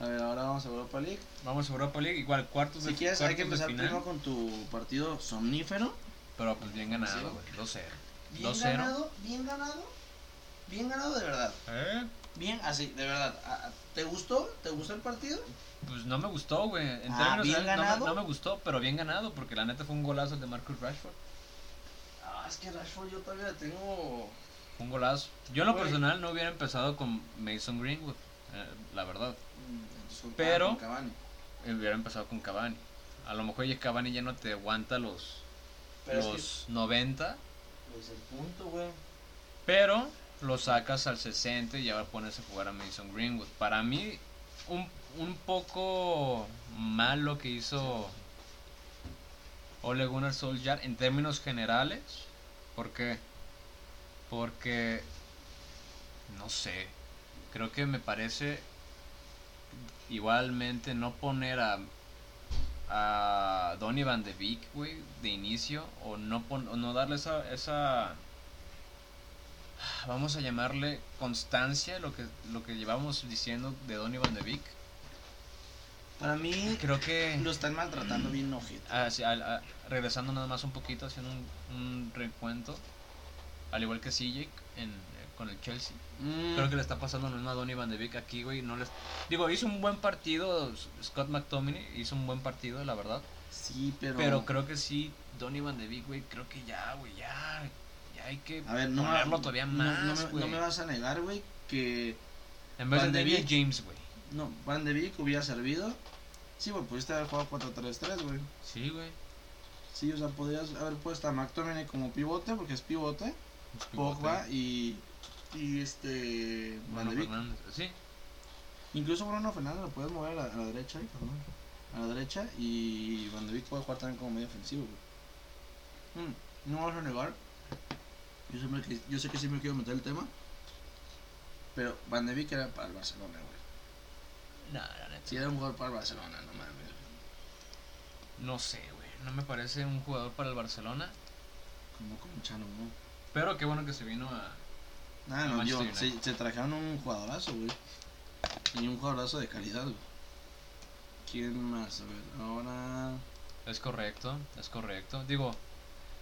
A ver, ahora vamos a Europa League.
Vamos a Europa League, igual cuartos
Si
de
quieres, hay que
cuartos de
empezar
final,
primero con tu partido somnífero.
Pero pues bien ganado,
¿Cero?
güey. 2-0.
Bien
2-0.
ganado, bien ganado, bien ganado de verdad.
¿Eh?
Bien, así, de verdad. A- a- ¿Te gustó? ¿Te gustó el partido?
Pues no me gustó, güey. En
Ah,
términos
bien
generales, no me-
ganado.
no, me gustó, pero bien ganado, porque la neta fue un golazo el de Marcus Rashford.
Ah, es que Rashford yo todavía le tengo.
Un golazo. Yo en lo
Güey.
personal no hubiera empezado con Mason Greenwood, eh, la verdad.
mm, disculpa,
Pero-
con Cavani.
Hubiera empezado con Cavani. A lo mejor ya Cavani ya no te aguanta los,
Pero
los
es
90,
que. Pues el punto, güey.
pero lo sacas al 60 y ahora pones a jugar a Mason Greenwood. Para mí, un, un poco mal lo que hizo Ole Gunnar Solskjaer en términos generales. ¿Por qué? Porque, no sé, creo que me parece igualmente no poner a, a Donny Van de Beek, güey, de inicio, o no, pon- o no darle esa, esa, vamos a llamarle constancia, lo que, lo que llevamos diciendo de Donny Van de Beek.
Para mí,
Creo que...
lo están maltratando bien, ojito.
Ah, sí, al- a- regresando nada más un poquito, haciendo un, un recuento, al igual que CJ en, eh, con el Chelsea,
Mm,
creo que le está pasando lo mismo a Donny Van de Beek aquí, güey. No les... Digo, hizo un buen partido, S- Scott McTominay hizo un buen partido, la verdad,
Sí, pero.
pero, creo que sí, Donny Van de Beek, güey, creo que ya, güey, ya, ya hay que
A ver, no,
ponerlo todavía
no-
más,
no, me,
güey.
no me vas a negar, güey, que
En vez
Van
de
de
David
Beek.
James, güey.
no, Van de Beek hubiera servido. Sí, güey, pudiste haber jugado 4-3-3, güey.
Sí, güey.
Sí, o sea, podrías haber puesto a pues, McTominay como pivote, porque es pivote,
Pues,
Pogba
pivote.
y, y este Van
Bruno
de Beek.
Fernández. Sí,
Incluso Bruno Fernández lo puedes mover a la, a la derecha, ahí, perdón. A la derecha y Van de Beek puede jugar también como medio ofensivo, güey. Mm, no me vas a negar. Yo, siempre que- yo sé que siempre quiero meter el tema. Pero Van de Beek era para el Barcelona, güey.
no, la neta.
Si era un jugador para el Barcelona, no mames.
No sé, güey. No me parece un jugador para el Barcelona.
Como como Chano, ¿no?
Pero qué bueno que se vino a.
Nada,
Al
Ah, no, yo,
Manchester
se, se trajeron un jugadorazo, güey. Y un jugadorazo de calidad, güey. ¿Quién más? A ver, ahora.
Es correcto, es correcto. Digo,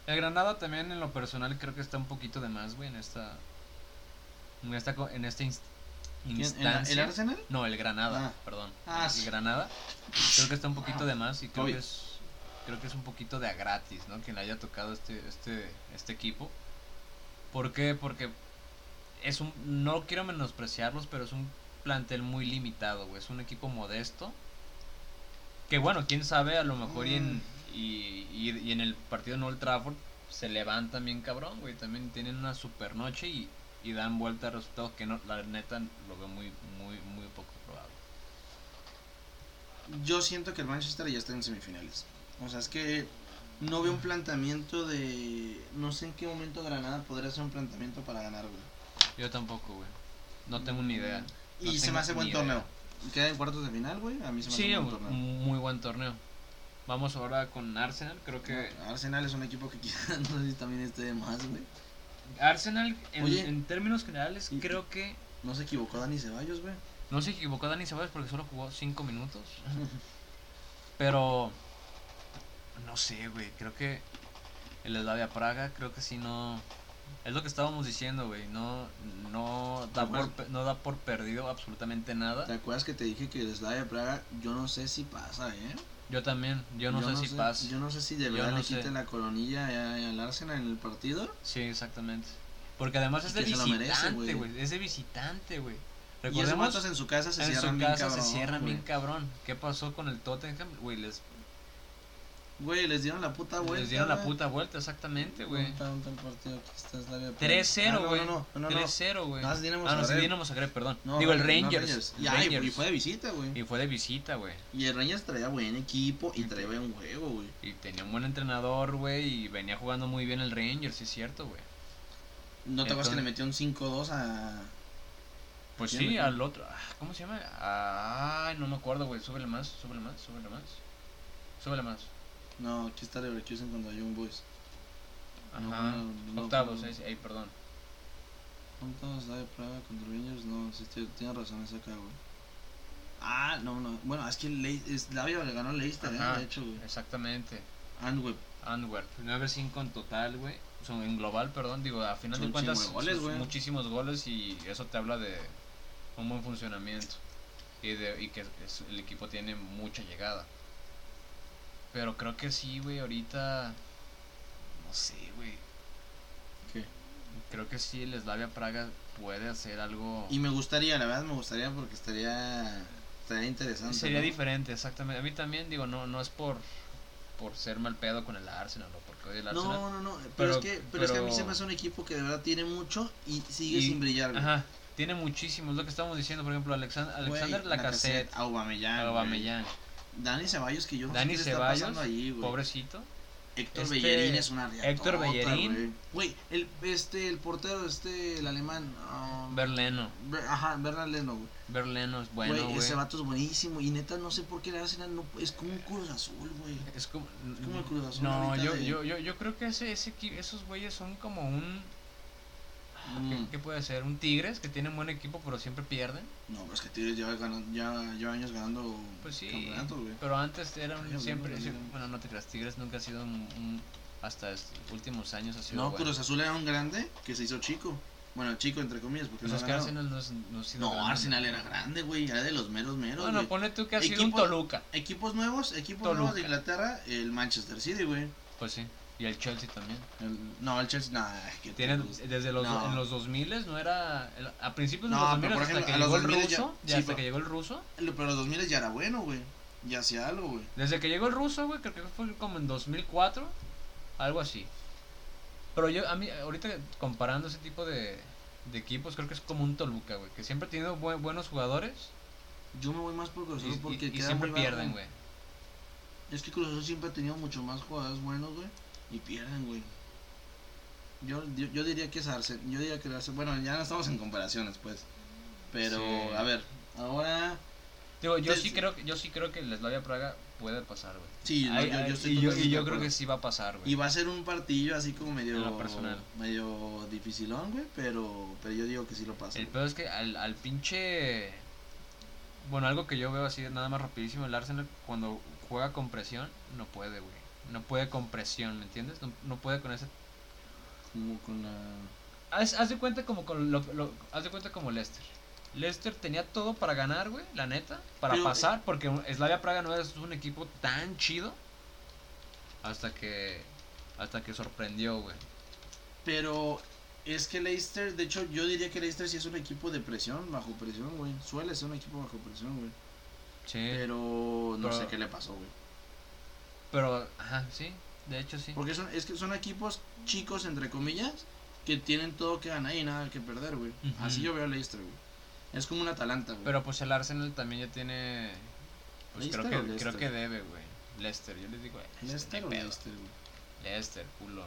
el Granada también en lo personal creo que está un poquito de más, güey, en esta. En esta, co- en esta inst-
¿Quién? ¿El-
instancia.
¿El Arsenal?
No, el Granada,
Ah.
perdón.
Ah,
el
sí.
Granada. Creo que está un poquito de más y creo
Obvio.
que es. Creo que es un poquito de a gratis, ¿no? Que le haya tocado este, este, este equipo. ¿Por qué? Porque es un. No quiero menospreciarlos, pero es un plantel muy limitado, güey. Es un equipo modesto. Que bueno, quién sabe, a lo mejor y en,
Mm.
y, y- y en el partido en Old Trafford se levantan bien cabrón, güey. También tienen una super noche y, y dan vuelta a resultados que no, la neta lo veo muy, muy, muy poco probable.
Yo siento que el Manchester ya está en semifinales. O sea, es que no veo un planteamiento de. No sé en qué momento Granada podría hacer un planteamiento para ganar, güey.
Yo tampoco, güey. No tengo ni idea. No
Y se
tengo
me hace buen
ni
torneo.
idea.
Queda en cuartos de final, güey. A mí se me
Sí,
hace un
güey,
buen torneo.
muy buen torneo. Vamos ahora con Arsenal. Creo que
Arsenal es un equipo que quizás [laughs] no sé si también esté de más, güey.
Arsenal, en,
Oye.
en términos generales,
Y-
creo que
No se equivocó Dani Ceballos, güey.
No se equivocó Dani Ceballos porque solo jugó 5 minutos. Pero. No sé, güey. Creo que. El Slavia Praga, creo que sí no. Es lo que estábamos diciendo, güey. No, no, da por,
Bueno.
pe- no da por perdido absolutamente
¿Te
nada.
acuerdas que te dije que el Slavia Praga, yo no sé si pasa, eh?
Yo también. Yo no sé si pasa.
Yo no sé si de
Yo
verdad
no
le
sé.
quiten la coronilla a- al Arsenal en el partido.
Sí, exactamente. Porque además es
Y
de
que se lo merece,
visitante,
güey.
güey. Es de visitante, güey.
Y esos
Recordemos
matos en su casa se
en su
cierran bien
casa
cabrón.
se cierran
güey.
bien cabrón. ¿Qué pasó con el Tottenham? Güey, les,
Güey, les dieron la puta vuelta.
les dieron la
güey.
puta vuelta, exactamente, güey.
Puta, un tal partido que está Slavia Praga.
3-0,
Ah,
güey.
no, no, no, no, no.
3-0, güey.
No, es Dinamo
ah, no, sí,
Zagreb.
Dinamo Zagreb, perdón.
No,
Digo, el
no,
Rangers.
Y,
el
ay,
Rangers.
y fue de visita, güey.
Y fue de visita, güey.
Y el Rangers traía buen equipo y traía buen juego, güey.
Y tenía un buen entrenador, güey. Y venía jugando muy bien el Rangers, sí es cierto, güey.
¿No te acuerdas que
Entonces-
le metió un 5-2 a...
Pues
¿Quién
sí,
le-
al otro. ah, ¿Cómo se llama? Ay, no me acuerdo, güey. Súbele más, súbele más, súbele más. Súbele más.
No, aquí está Leverkusen contra Young Boys. No,
Ajá.
no, no,
Octavos,
no.
ahí sí, ahí, perdón.
¿Cuántos da de Praga contra Rangers? No, sí, tie- tienes razón, es acá, güey. Ah, no, no. Bueno, es que Le- Slavia le ganó a Leicester, eh,
Ajá.
de hecho, güey.
Exactamente.
Antwerp.
Antwerp, 9-5 en total, güey. Son en global, perdón, digo, a final
Son
de
un
cuentas
chingo de goles,
sus-
güey.
muchísimos goles y eso te habla de un buen funcionamiento y de y que es- el equipo tiene mucha llegada. Pero creo que sí, güey, ahorita no sé, güey. Creo que sí, el Slavia Praga puede hacer algo.
Y me gustaría, la verdad me gustaría porque estaría, estaría interesante.
Sería
¿no?
diferente, exactamente. A mí también, digo, no, no es por, por ser mal pedo con el Arsenal, no, porque odio el Arsenal.
No, no, no, pero,
Pero-
es que, pero, es que a mí
pero-
se me hace un equipo que de verdad tiene mucho y sigue
Y-
sin brillar. güey.
Ajá, tiene muchísimos, lo que estábamos diciendo, por ejemplo, Alexan-
Güey,
Alexander Lacazette,
Aubameyang, güey.
Aubameyang,
Dani Ceballos que yo no
Dani
sé qué le
Ceballos,
está pasando ahí, güey.
pobrecito.
Héctor
Este,
Bellerín es una riatota,
Héctor Bellerín.
güey. Güey, el este el portero este el alemán ah,
Berleno,
Ber- ajá, Bernard Leno, güey.
Berleno es bueno,
Güey,
güey.
ese vato es buenísimo y neta no sé por qué el Arsenal no es como un Cruz Azul, güey.
Es como,
como el Cruz Azul
No,
ahorita
yo,
de-
yo, yo, yo creo que ese, ese equi- esos güeyes son como un.
Mm.
¿Qué, qué puede ser? Un Tigres que tiene un buen equipo, pero siempre pierden.
No, pero es que Tigres lleva, ganan- ya lleva años ganando
Pues sí.
campeonatos, güey.
Pero antes era
Ay, güey,
un siempre.
no, no,
sí,
no.
Bueno, no te creas, Tigres nunca ha sido un. un- hasta estos últimos años ha sido.
No,
bueno.
Cruz Azul era un grande que se hizo chico. Bueno, chico entre comillas, porque
Pues
no
es que
ganaba.
Arsenal no, es- no ha sido
No,
grande.
Arsenal era grande, güey, era de los meros meros.
Bueno,
güey.
ponle tú que ha sido un
Equipo-
Toluca.
Equipos nuevos, equipos
Toluca.
nuevos de Inglaterra, el Manchester City, güey.
Pues sí. Y el Chelsea también.
El- No, el Chelsea, nah, que pues,
Tienen,
todos-
desde los,
No.
en los 2000 no era. el- a principios de
No,
los 2000
pero por
hasta
ejemplo,
que
a los
llegó el
2000 ya-
ruso.
sí,
Ya, hasta
pero-
que llegó el ruso.
Lo- Pero los 2000 ya era bueno, güey. Ya hacía algo, güey.
Desde que llegó el ruso, güey, creo que fue como en 2004, algo así. Pero yo, a mí, ahorita comparando ese tipo de, de equipos, creo que es como un Toluca, güey, que siempre ha tenido buen- buenos jugadores
Yo me voy más por Cruz
y,
Azul
y-
Pues porque
y
queda
siempre
muy bajo.
pierden, güey.
Es que Cruz Azul siempre ha tenido mucho más jugadores buenos, güey. Y pierden, güey. Yo, yo, yo diría que es Arsenal. Yo diría que el Arsenal. Bueno, ya no estamos en comparaciones, pues. Pero,
Sí.
a ver. Ahora.
Digo, yo
Des-
sí creo que, yo sí creo que el Slavia Praga puede pasar, güey.
Sí, no,
Ay,
yo,
ay,
yo estoy
y yo, y
totalmente
yo
de
creo
acuerdo.
que sí va a pasar,
Y
güey.
va a ser un partido así como medio.
En lo personal.
Medio dificilón, güey. Pero, pero yo digo que sí lo pasa.
El peor es que al, al pinche... Bueno, algo que yo veo así, nada más rapidísimo, el Arsenal cuando juega con presión, no puede, güey. No puede con presión, ¿me entiendes? No, no puede con ese
Como con la.
Haz, haz de cuenta como con lo, lo- haz de cuenta como Leicester. Leicester tenía todo para ganar, güey, la neta, para
Pero,
pasar, porque Slavia Praga no es un equipo tan chido hasta que hasta que sorprendió, güey.
Pero es que Leicester, de hecho, yo diría que Leicester sí es un equipo de presión, bajo presión, güey. Suele ser un equipo bajo presión, güey.
Sí. Pero,
Pero no
Pero-
sé qué le pasó, güey.
ajá, sí, de hecho sí.
Porque son, es que son equipos chicos, entre comillas, que tienen todo que ganar y nada que perder, güey.
Ujú.
Así yo veo a Leicester, güey. Es como un Atalanta, güey.
Pero pues el Arsenal también ya tiene pues creo
¿Leicester o
que
Leicester?
creo que debe, güey. Leicester, yo les digo, Leicester,
¿Leicester
ni
o
pedo.
Leicester, este güey?
Leicester, culo.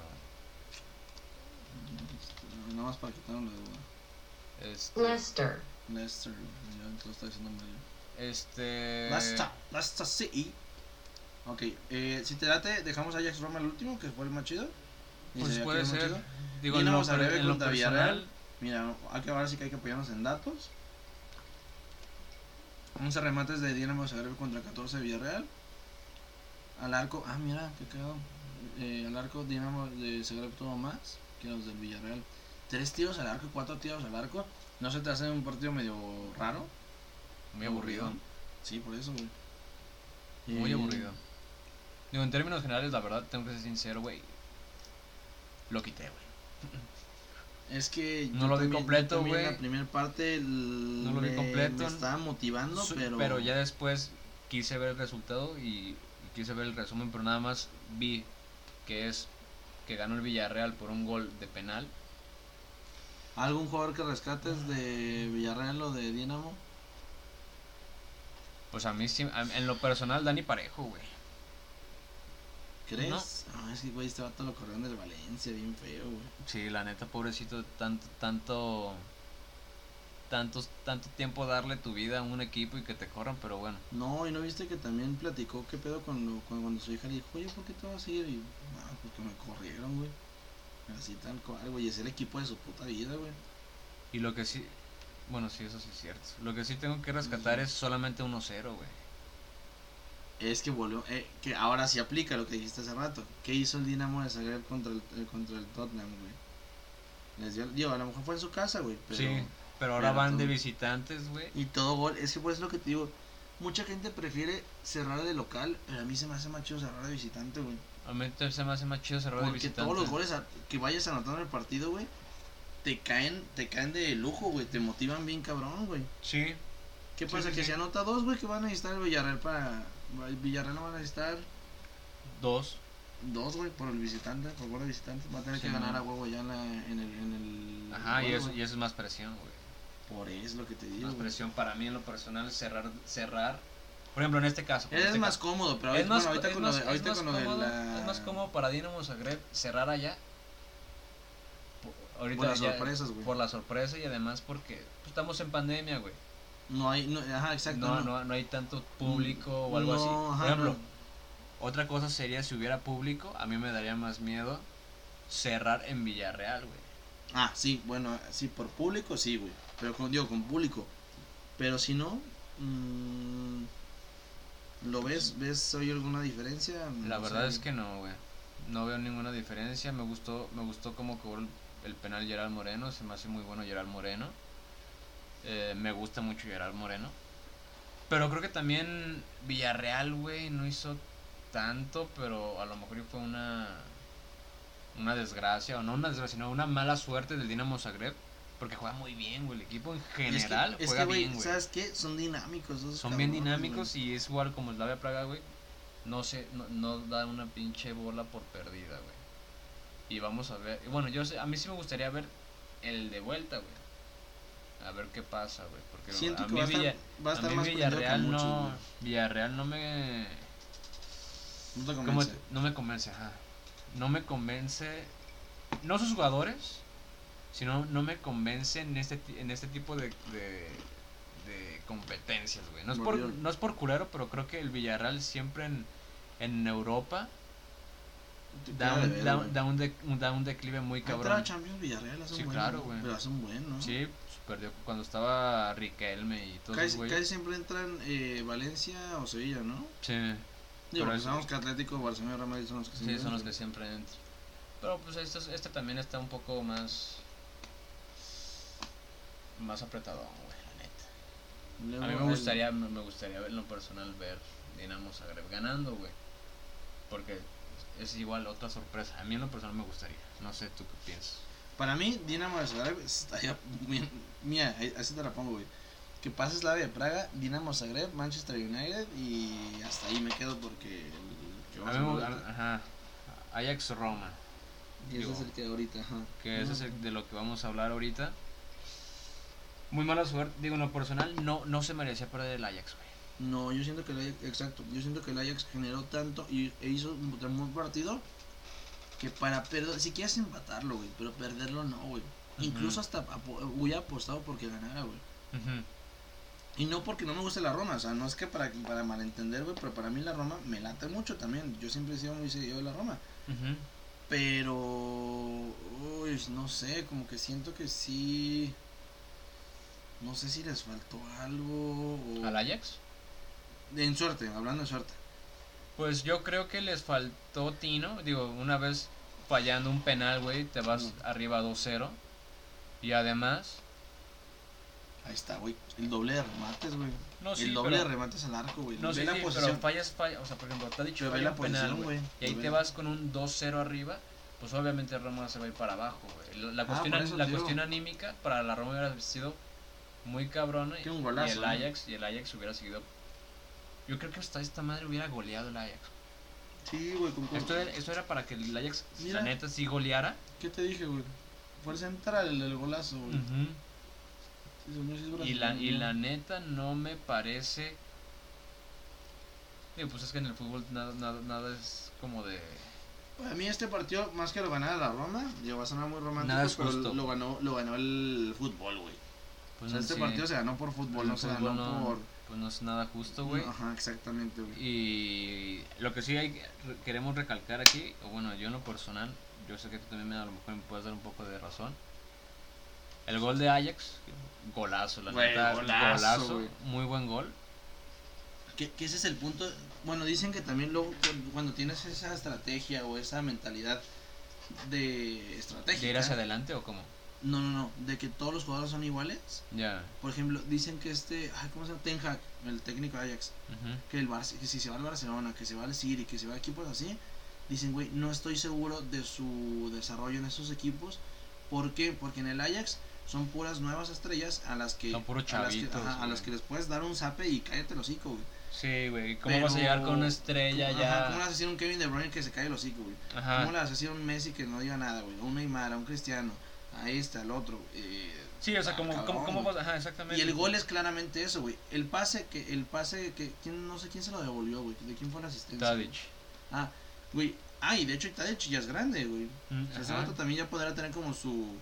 Nada más para quitarnos la duda.
Este,
Leicester,
Leicester, güey. Yo entonces estaba diciendo medio.
este
Basta, basta, sí. Ok, eh, si te late, dejamos a Ajax Roma el último, que fue el más chido. Y
Pues
sería
puede
que el más
ser.
chido.
Digo, en
Dinamo
lo,
Zagreb
en lo
contra
personal,
Villarreal. Mira, hay que ahora sí que hay que apoyarnos en datos. 11 remates de Dinamo Zagreb contra 14 de Villarreal. Al arco, ah, mira, que quedó. Eh, al arco Dinamo de Zagreb tuvo más que los del Villarreal. Tres tiros al arco, cuatro tiros al arco. ¿No se te hace un partido medio raro?
muy aburrido.
Sí, por eso, güey.
Muy
Eh,
aburrido. Digo, en términos generales, la verdad, tengo que ser sincero, güey. Lo quité, güey.
Es que
No
yo
lo vi
también- yo
completo,
también
güey.
La primera parte no
lo vi completo.
Me estaba motivando,
Su-
pero
ya después quise ver el resultado y quise ver el resumen, pero nada más vi que es que ganó el Villarreal por un gol de penal.
¿Algún jugador que rescates de Villarreal o de Dinamo?
Pues a mí, sí- a- en lo personal, Dani Parejo, güey.
¿Crees?
No.
Ah, es que, güey, este vato lo corrieron del Valencia, bien feo, güey.
Sí, la neta, pobrecito, tanto, tanto, tantos, tanto tiempo darle tu vida a un equipo y que te corran, pero bueno.
No, y no viste que también platicó qué pedo con lo- con- cuando su hija le dijo, oye, ¿por qué te vas a ir? Y, ah, porque me corrieron, güey. Así tal cual, güey, es el equipo de su puta vida, güey.
Y lo que sí. Bueno, sí, eso sí es cierto. Lo que sí tengo que rescatar es solamente 1-0, güey.
Es que volvió, eh, que ahora sí aplica lo que dijiste hace rato. ¿Qué hizo el Dinamo de Zagreb contra el, eh, contra el Tottenham, güey? Les dio, digo, a lo mejor fue en su casa, güey, pero...
Sí, pero ahora
pero
van de
todo-
visitantes, güey.
Y todo gol, es que pues es lo que te digo. Mucha gente prefiere cerrar de local, pero a mí se me hace más chido cerrar de visitante, güey.
A mí se me hace más chido cerrar de
Porque
visitante.
todos los goles a- que vayas anotando en el partido, güey, te caen, te caen de lujo, güey. Te motivan bien cabrón, güey.
Sí.
¿Qué
Sí,
pasa?
sí,
que
sí.
se anota dos, güey, que van a necesitar el Villarreal para. El Villarreal no van a necesitar
Dos.
dos, güey, por el visitante, por el visitante. Va a tener
Sí,
que ganar
no.
a huevo ya en, la- en el, en el.
Ajá, y
juego,
eso,
güey.
y eso es más presión, güey.
Por eso lo que te digo.
Más
güey.
presión para mí en lo personal es cerrar. cerrar. Por ejemplo, en este caso. por
Es
este
más
caso.
cómodo, pero
es
ahorita,
más,
bueno, ahorita
es
con
más-
lo de,
es
ahorita
más
con lo ah, de
cómodo,
la.
es más cómodo para Dinamo Zagreb cerrar allá. Por- Ahorita
Por las
ya-
sorpresas, güey.
Por la sorpresa y además porque pues, estamos en pandemia, güey.
No hay. No, ajá, exacto.
No,
no. Mm,
no, no hay tanto público o algo
No,
así.
ajá,
Por ejemplo,
no.
otra cosa sería si hubiera público, a mí me daría más miedo cerrar en Villarreal, güey.
Ah, sí, bueno, sí, por público sí, güey. Pero con, digo, con público. Pero si no, mm, ¿lo ves? ¿Ves hoy alguna diferencia?
La
No
verdad
sé.
es que no, güey. No veo ninguna diferencia. Me gustó, me gustó cómo cobró el, el penal Gerard Moreno. Se me hace muy bueno Gerard Moreno. Eh, me gusta mucho Gerard Moreno. Pero creo que también Villarreal, güey, no hizo tanto, pero a lo mejor y fue una una desgracia, o no una desgracia, sino una mala suerte del Dinamo Zagreb, porque juega muy bien, güey, el equipo en
Es que-
general
es que,
juega
güey,
bien, güey.
¿Sabes qué? Son dinámicos. esos
Son bien
cabrones,
dinámicos
güey.
y es igual como el Slavia Praga, güey. No se, no, no da una pinche bola por perdida, güey. Y vamos a ver. y Bueno, yo sé, a mí sí me gustaría ver el de vuelta, güey. A ver qué pasa, güey. Porque
Siento
a
que
mí
va a estar,
Villa-
va a
a
estar
mí
más prendido que
Villarreal
muchos,
no.
güey.
Villarreal no me.
No te
¿cómo
convence.
te- no me convence, ajá. No me convence. No sus jugadores, sino no me convence en este, ti- en este tipo de, de, de competencias, güey. No es, por,
Volvieron.
no es por culero, pero creo que el Villarreal siempre en, en Europa
Te
da
queda de
un,
ver,
da,
güey.
un- da un de- un- da un declive muy
Ha entrado a
cabrón.
Champions Villarreal hace un
Sí,
buen,
claro,
¿no?
güey.
Pero hace un buen, ¿no?
Sí, pues, perdió cuando estaba Riquelme y todo,
Casi,
güey.
casi siempre entran eh, Valencia o Sevilla, ¿no?
Sí.
Digo,
Pero
porque
es-
sabemos que Atlético, Barcelona y Real Madrid son los que
Sí,
se
son
meten,
los que
güey.
siempre entran. Pero pues este, este también está un poco más. más apretado, güey, la neta. A mí
Luego
me
el-
gustaría, me me gustaría ver en lo personal ver Dinamo Zagreb ganando, güey. Porque es igual otra sorpresa. A mí en lo personal me gustaría. No sé tú qué piensas.
Para mí, Dinamo de Zagreb estaría bien. Mira, ahí- así te la pongo, güey. Que pases la de Praga, Dinamo Zagreb, Manchester United y hasta ahí me quedo porque. el que
A
vamos
mí me
a ver
gusta- ajá. Ajax Roma,
ahorita. Y ese es el que ahorita, ajá.
que ese
No.
es el de lo que vamos a hablar ahorita. Muy mala suerte, digo, en lo personal no, no se merecía perder el Ajax, güey.
No, yo siento que el Ajax, exacto, yo siento que el Ajax generó tanto y, e hizo un tan buen partido que para perder, si quieres empatarlo, güey, pero perderlo no, güey.
Ujú.
Incluso hasta apo- hubiera apostado porque ganara, güey.
Ujú.
Y no porque no me guste la Roma, o sea, no es que para, para malentender, güey, pero para mí la Roma me late mucho también. Yo siempre he sido muy seguido de la Roma.
Ujú.
Pero, uy, no sé, como que siento que sí... No sé si les faltó algo o...
¿Al Ajax?
En suerte, hablando de suerte.
Pues yo creo que les faltó Tino. Digo, una vez fallando un penal, güey, te vas
Sí.
arriba 2-0. Y además,
Ahí está, güey. El doble de remates, güey.
no sí,
el doble de
pero,
remates al arco, güey.
no
ve
sí,
la
sí, pero
posición.
fallas, fallas. O sea, por ejemplo, te ha dicho
Pero ve
falla
la
un penal,
posición,
güey.
güey.
Y ahí
Pero ve
te
la-
vas con un 2-0 arriba. Pues obviamente Roma se va a ir para abajo, güey. La, la
Ah,
cuestión,
por
an-
eso
la
te digo.
cuestión anímica para la Roma hubiera sido muy cabrona. Y,
Que un golazo,
y el
¿no?
Ajax, y el Ajax hubiera seguido. Yo creo que hasta esta madre hubiera goleado el Ajax.
Sí, güey, con
Esto era, esto era para que el Ajax,
Mira.
la neta, sí goleara.
¿Qué te dije, güey? Fue el central, el, el golazo, güey.
Ujú.
Sí, según yo sí
Y
es
la, y
brasileño.
la neta no me parece. Digo, pues es que en el fútbol nada, nada, nada es como de.
A mí este partido, más que lo ganara la Roma, yo va a sonar muy romántico,
Nada es
pero
justo.
lo ganó, lo ganó el fútbol, güey. O
Pues
sea,
no
este
sé,
partido se ganó por fútbol,
el
no se
fútbol
ganó
no-
por...
Pues no es nada justo, güey.
Ajá, exactamente, güey.
Y lo que sí hay, re- queremos recalcar aquí, o bueno, yo en lo personal, yo sé que tú también me- a lo mejor me puedes dar un poco de razón. El gol de Ajax, golazo, la
Güey,
neta,
golazo,
golazo,
güey.
muy buen gol.
Que, que ese es el punto. Bueno, dicen que también luego cu- cuando tienes esa estrategia o esa mentalidad de
¿De ir
estrategia.
hacia adelante o cómo?
No, no, no. De que todos los jugadores son iguales.
Ya.
Por ejemplo, dicen que este. Ay, ¿Cómo se llama? Ten Hag, el técnico de Ajax.
ujú.
Que, el Barce- que si se va al Barcelona, que se va al City, que se va a equipos así. Dicen, güey, no estoy seguro de su desarrollo en esos equipos. ¿Por qué? Porque en el Ajax son puras nuevas estrellas a las que,
Son puros
a, las que
chavitos,
ajá, a
güey.
las que les puedes dar un zape y cállate el hocico, güey.
Sí, güey. ¿Cómo
Pero-
vas a llegar con una estrella
Ajá,
ya? Ah.
¿Cómo le vas a decir a un Kevin De Bruyne que se cae el hocico, güey?
Ajá.
¿Cómo le vas a decir a un Messi que no diga nada, güey? A un Neymar, a un Cristiano, a este, al otro. eh,
Sí, o sea,
Ah,
como,
cabrón,
como, como
güey.
vas- ajá, exactamente.
y el gol es claramente eso, güey. El pase que, el pase que, ¿quién, no sé quién se lo devolvió, güey. ¿De quién fue la asistencia?
Tadic.
Ah, güey. Ah, y de hecho Tadic ya es grande, güey.
Mm,
O sea, ese
ajá.
vato también ya podrá tener como su,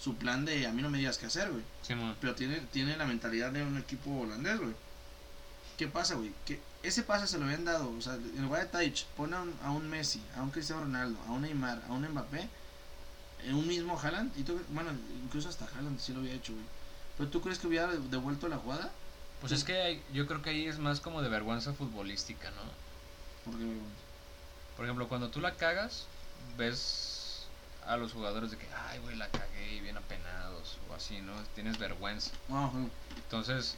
su plan de a mí no me digas qué hacer, güey.
Simón.
Pero tiene, tiene la mentalidad de un equipo holandés, güey. ¿Qué pasa, güey? Que ese pase se lo habían dado. O sea, en lugar de Taich, pone a un, a un Messi, a un Cristiano Ronaldo, a un Neymar, a un Mbappé, en un mismo Haaland. Y tú, bueno, incluso hasta Haaland sí lo había hecho, güey. Pero tú crees que hubiera devuelto la jugada?
Pues es que hay- yo creo que ahí es más como de vergüenza futbolística, ¿no?
Porque, güey,
Por ejemplo, cuando tú la cagas, ves a los jugadores de que, ay, güey, la cagué y bien apenados o así, ¿no? Tienes vergüenza.
no, güey.
Entonces,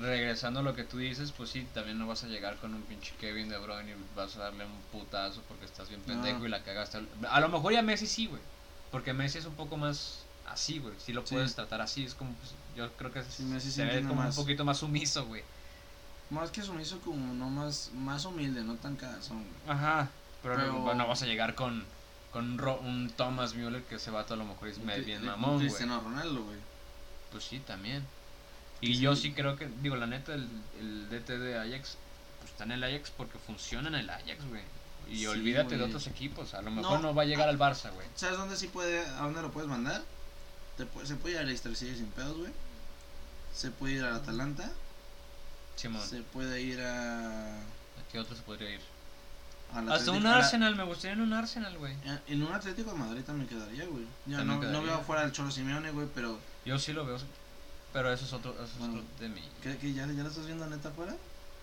regresando a lo que tú dices, pues sí, también no vas a llegar con un pinche Kevin De Bruyne y vas a darle un putazo porque estás bien pendejo
No.
y la cagaste. A lo mejor ya Messi sí, güey. Porque Messi es un poco más así, güey. Sí lo
Sí.
puedes tratar así. Es como, pues, yo creo que
Sí, Messi sí
se ve
entiende
como
más.
un poquito más sumiso, güey.
más que sumiso, como no más, más humilde, no tan cagazón, güey.
Ajá. Pero,
Pero-
no- no vas a llegar con, con un, Ro- un Thomas Müller que ese vato a lo mejor es
Un
me-
Cri-
bien
un
mamón, güey.
eh, Cristiano Ronaldo, güey.
Pues sí, también. Y
Sí.
yo sí creo que, digo, la neta, el, el DT de Ajax, pues está en el Ajax porque funciona en el Ajax, güey. Y
Sí,
olvídate de
güey.
otros equipos, a lo
No,
mejor no, va a llegar
ah.
al Barça, güey.
¿Sabes dónde sí puede, a dónde lo puedes mandar? Te pu- se puede ir a Leicester City sin pedos, güey. Se puede ir al Atalanta.
Simón,
Se puede ir a.
¿a qué otro se podría ir?
al
Hasta
Atlético-
un
a la-
Arsenal, me gustaría en un Arsenal, güey.
eh, En un Atlético de Madrid también quedaría, güey. Ya
También
no,
quedaría.
no veo fuera al Cholo Simeone, güey, pero.
Yo sí lo veo, pero eso es otro, eso es
Bueno.
otro de mí.
¿Qué, qué ya, ya lo estás viendo neta fuera?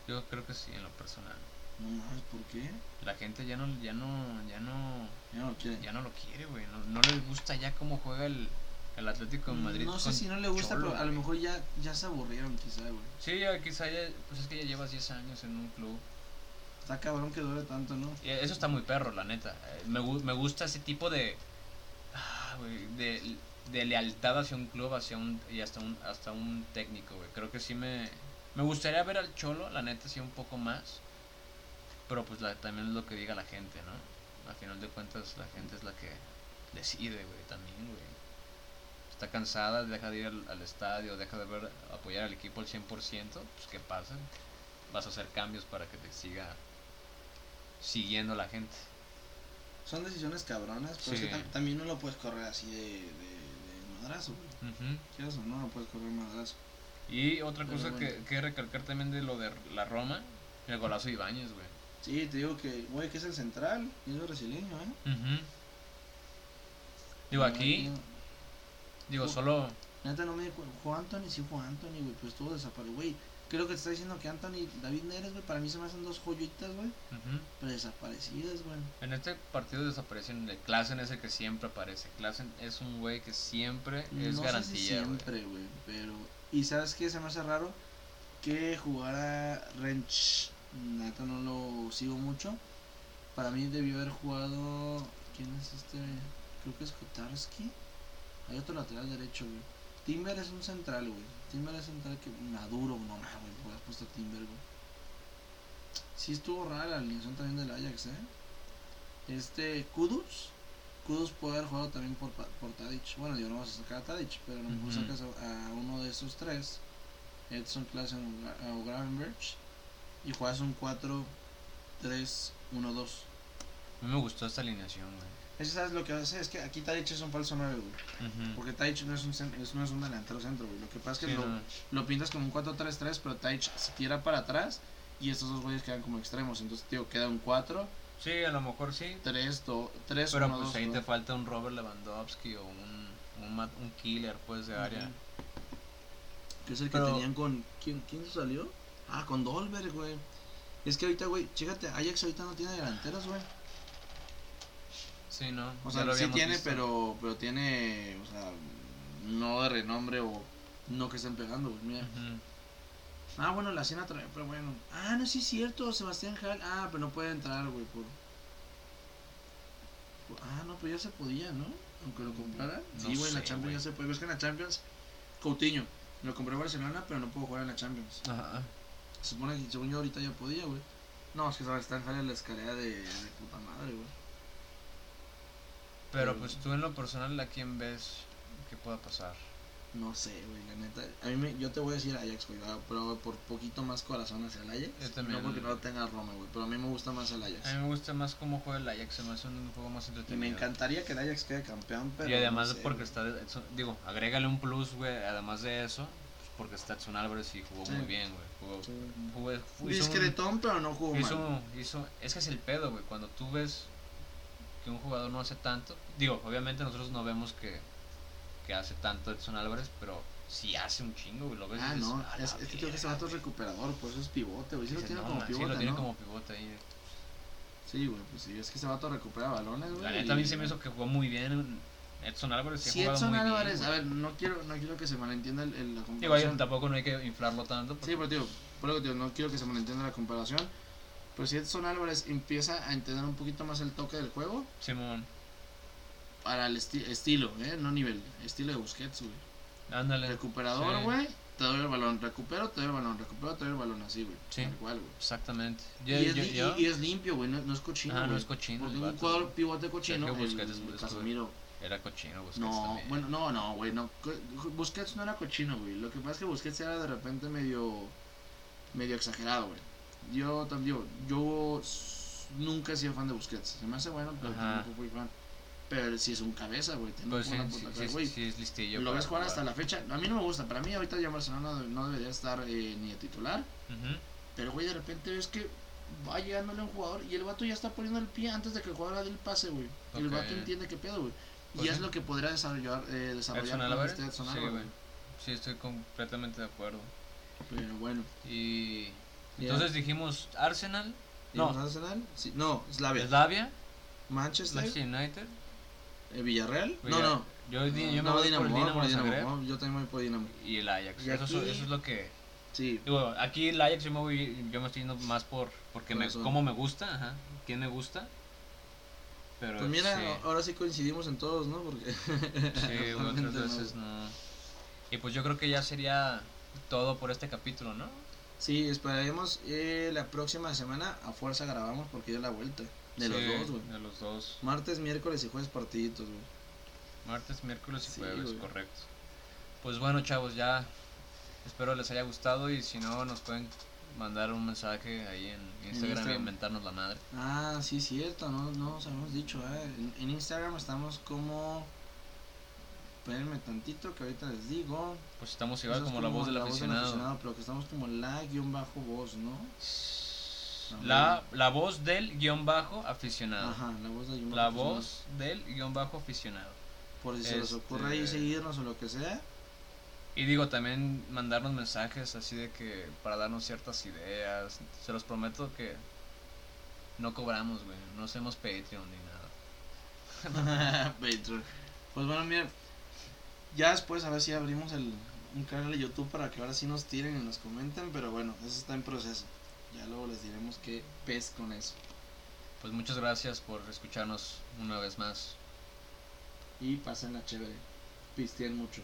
Yo creo que sí, en lo personal.
No mames, ¿por qué?
La gente ya no, ya no, ya no,
Ya no lo quieren.
ya no lo quiere, güey. No, no les gusta ya cómo juega el, el Atlético de Madrid.
Mm, no sé
con
si no le gusta,
Cholo,
pero a lo
güey.
mejor ya, ya se aburrieron, quizá, güey.
Sí, ya quizá ya, pues es que ya llevas 10 años en un club.
Está cabrón que dure tanto, ¿no?
Y Eh, Eso está muy perro, la neta. Eh, Me, gu- me gusta ese tipo de, ah, güey, de de lealtad hacia un club, hacia un y hasta un hasta un técnico, güey. Creo que sí me me gustaría ver al Cholo, la neta sí un poco más. Pero pues la- también es lo que diga la gente, ¿no? Al final de cuentas la gente es la que decide, güey, también, güey. Está cansada, deja de ir al, al estadio, deja de ver apoyar al equipo al 100%, pues qué pasa? Vas a hacer cambios para que te siga siguiendo la gente.
Son decisiones cabronas, pero
Sí.
es que tam- también no lo puedes correr así de, de, de madrazo, güey.
Ujú.
Quieras o no, no puedes correr madrazo.
Y otra
Pero
cosa que,
bueno.
que recalcar también de lo de la Roma, el golazo de Ibáñez, güey.
Sí, te digo que, güey, que es el central y es brasileño, ¿eh?
Digo,
No,
aquí,
no,
digo,
Oh.
solo...
Neta, no me di cuenta. Jugó Anthony, sí jugó Anthony, güey, pues estuvo desaparecido. Güey, creo que te está diciendo que Anthony, David Neres, güey, para mí se me hacen dos joyitas, güey,
ujú.
pero desaparecidas, güey.
En este partido desaparecen de Klassen es el que siempre aparece. Klassen es un güey que siempre es
no sé si
garantía, güey.
siempre, güey, pero... ¿Y sabes qué? Se me hace raro que jugara Rench. Neta, no lo sigo mucho. Para mí debió haber jugado... ¿Quién es este? Creo que es Kotarski. Hay otro lateral derecho, güey. Timber es un central, güey. Timber es central que maduro, no mames, güey. Pues has puesto a Timber, güey. Sí estuvo rara la alineación también del Ajax, ¿eh? Este, Kudus. Kudus puede haber jugado también por, Pa- por Tadic. Bueno, yo no vas a sacar a Tadic, pero a lo mejor
Ujú.
sacas a, a uno de esos tres. Edson, Klassen o Gra- o Gravenberch. Y juegas un 4, 3, 1, 2.
A mí me gustó esta alineación, güey.
Eso sabes lo que hace, es que aquí Tadic es un falso 9, güey.
Ujú.
Porque Taich no es un, cen- es- no es un delantero centro, güey. Lo que pasa es que
Sí,
lo,
no.
lo pintas como un 4-3-3, pero Taich se tira para atrás y estos dos güeyes quedan como extremos. Entonces, tío, queda un 4,
Sí, a lo mejor sí.
3, 2, 3,
Pero pues ahí te falta un Robert Lewandowski o un, un, ma- un killer, pues, de área.
Que es el que
Pero-
tenían con. ¿Quién, quién salió? Ah, con Dolberg, güey. Es que ahorita, güey, chécate, Ajax ahorita no tiene delanteros, güey.
Sí, ¿no?
O
Ya
sea,
lo
sí
habíamos
tiene,
visto.
pero, pero tiene. O sea, no de renombre o no que estén pegando, güey. Mira.
Ujú.
Ah, bueno, la cena trae, pero bueno. Ah, no, sí es cierto, Sebastián Hall. Ah, pero no puede entrar, güey, por... Ah, no, pero ya se podía, ¿no? Aunque lo comprara.
No
sí, güey, en la
sé,
Champions
güey.
ya se puede. Ves que en la Champions, Coutinho, lo compré Barcelona, pero no puedo jugar en la Champions.
Ajá.
Se supone que según yo ahorita ya podía, güey. No, es que sabes, está en jale la escalera de, de puta madre, güey.
Pero
Mm.
pues tú en lo personal, ¿a quién ves que pueda pasar?
No sé, güey, la neta. A mí me, yo te voy a decir Ajax, güey, ah, pero por poquito más corazón hacia el Ajax.
Yo también.
No porque no lo tenga Roma, güey, pero a mí me gusta más el Ajax.
A mí me gusta más cómo juega el Ajax, se me hace un juego más
Y
entretenido.
me encantaría que el Ajax quede campeón, pero.
y además
no
de
sé,
porque
güey.
está, Edson- digo, agrégale un plus, güey, además de eso, pues, porque está Edson Álvarez y jugó
Sí.
muy bien, güey. Jugó,
Sí.
jugó- hizo un-
Discretón, pero no jugó mal.
hizo, hizo, es que es el pedo, güey, cuando tú ves que un jugador no hace tanto, digo, obviamente nosotros no vemos que, que hace tanto Edson Álvarez, pero si hace un chingo, güey, lo ves y
Ah,
dices,
no,
pues, "A la
es, es que creo que ese
verga,
vato es
güey".
recuperador, por eso es pivote, güey. Pues Sí, lo
Dices,
tiene
"No,
como
man,
pivote.
Sí, lo tiene
¿no?
como pivote ahí.
Sí, güey, pues sí, es que ese vato recupera balones, güey.
La neta
y-
a mí se me hizo que jugó muy bien. Edson Álvarez sí ha
Si
jugado
Edson
muy bien,
Álvarez,
güey.
a ver, no quiero, no quiero que se malentienda el, el-
Digo,
la
ahí
comparación.
tampoco no hay que inflarlo tanto. porque-
sí, pero tío, por lo que digo, no quiero que se malentienda la comparación. Pero si Edson Álvarez empieza a entender un poquito más el toque del juego,
Simón,
para el esti- estilo, ¿eh? No nivel, estilo de Busquets, güey.
ándale.
Recuperador,
Sí.
güey, te doy el balón, recupero, te doy el balón, recupero, te doy el balón, así, güey.
Sí.
Tal cual, güey.
Exactamente.
Y,
Yo,
es,
yo,
li-
yo-
y- y es limpio, güey, no, no es cochino.
Ah, no
güey.
es cochino,
Porque
el
un
vato.
jugador pivote cochino.
Sergio
el-
Busquets es-
el
es-
Casemiro.
era cochino Busquets
No,
también.
bueno, no, no, güey. No. Co- Busquets no era cochino, güey. Lo que pasa es que Busquets era de repente medio. medio exagerado, güey. Yo también, yo s- nunca he sido fan de Busquets. Se me hace bueno, pero
Ajá.
tampoco fui fan. Pero él sí es un cabeza, güey. tiene
Pues sí,
una
sí,
puta
sí,
cabeza, güey.
sí es listillo.
Lo
para
ves jugar hasta la
jugar.
fecha. A mí no me gusta. Para mí, ahorita ya Barcelona no- no debería estar eh, ni de titular.
Ujú.
Pero, güey, de repente ves que va llegándole a un jugador y el vato ya está poniendo el pie antes de que el jugador le dé el pase, güey. Y El
Ok.
vato entiende qué pedo, güey.
Pues
y es
sí.
lo que podría desarrollar, eh, desarrollar
Edson
con
Álvarez.
este Edson
Sí,
Álvarez,
güey. Sí, estoy completamente de acuerdo.
Pero bueno.
Y.
Ya.
Entonces dijimos Arsenal, No.
¿Dijimos Arsenal? Sí, no, Slavia.
Slavia,
Manchester,
Manchester United.
eh, Villarreal.
Villar-
No, no.
Yo, di- yo me
no,
voy
Dinamo,
por el
voy
Dinamo
por
de Zagreb
Dinamo, Yo también voy por Dinamo.
y el Ajax.
Y
Eso, es-
aquí-
eso es lo que.
Sí.
Digo, aquí el Ajax yo me, voy, yo me estoy yendo más por porque me,
Corazón.
cómo me gusta, ajá, quién me gusta. Pero
Pues mira,
sí,
ahora sí coincidimos en todos, ¿no? Porque.
sí, hubo
[laughs]
otras
realmente no.
veces no. Y pues yo creo que ya sería todo por este capítulo, ¿no?
Sí, esperaremos eh, la próxima semana. A fuerza grabamos porque dio la vuelta. De
Sí,
los dos, güey.
De los dos.
Martes, miércoles y jueves partiditos, güey.
Martes, miércoles y
Sí,
jueves,
güey.
correcto. Pues bueno, chavos, ya espero les haya gustado y si no nos pueden mandar un mensaje ahí en Instagram, y
Instagram.
inventarnos la madre.
Ah, sí, cierto, no, no nos habíamos dicho, ¿eh? En, en Instagram estamos como. Espérenme tantito que ahorita les digo.
Pues estamos igual
Eso es
como, la voz del aficionado.
Pero que estamos como la guión bajo voz, ¿no?
La, la voz del guión bajo aficionado.
Ajá, la voz de guión
Ah. La
bajo
voz del guión bajo aficionado.
Por si se les
este-
ocurre ahí seguirnos o lo que sea.
Y digo, también mandarnos mensajes así de que para darnos ciertas ideas. Se los prometo que no cobramos, güey. No hacemos Patreon ni nada.
[laughs] Patreon. Pues bueno, mira. Ya después a ver si abrimos el, un canal de YouTube para que ahora sí nos tiren y nos comenten. Pero bueno, eso está en proceso. Ya luego les diremos qué pez con eso.
Pues muchas gracias por escucharnos una vez más.
y pasen la chévere. Pisteen mucho.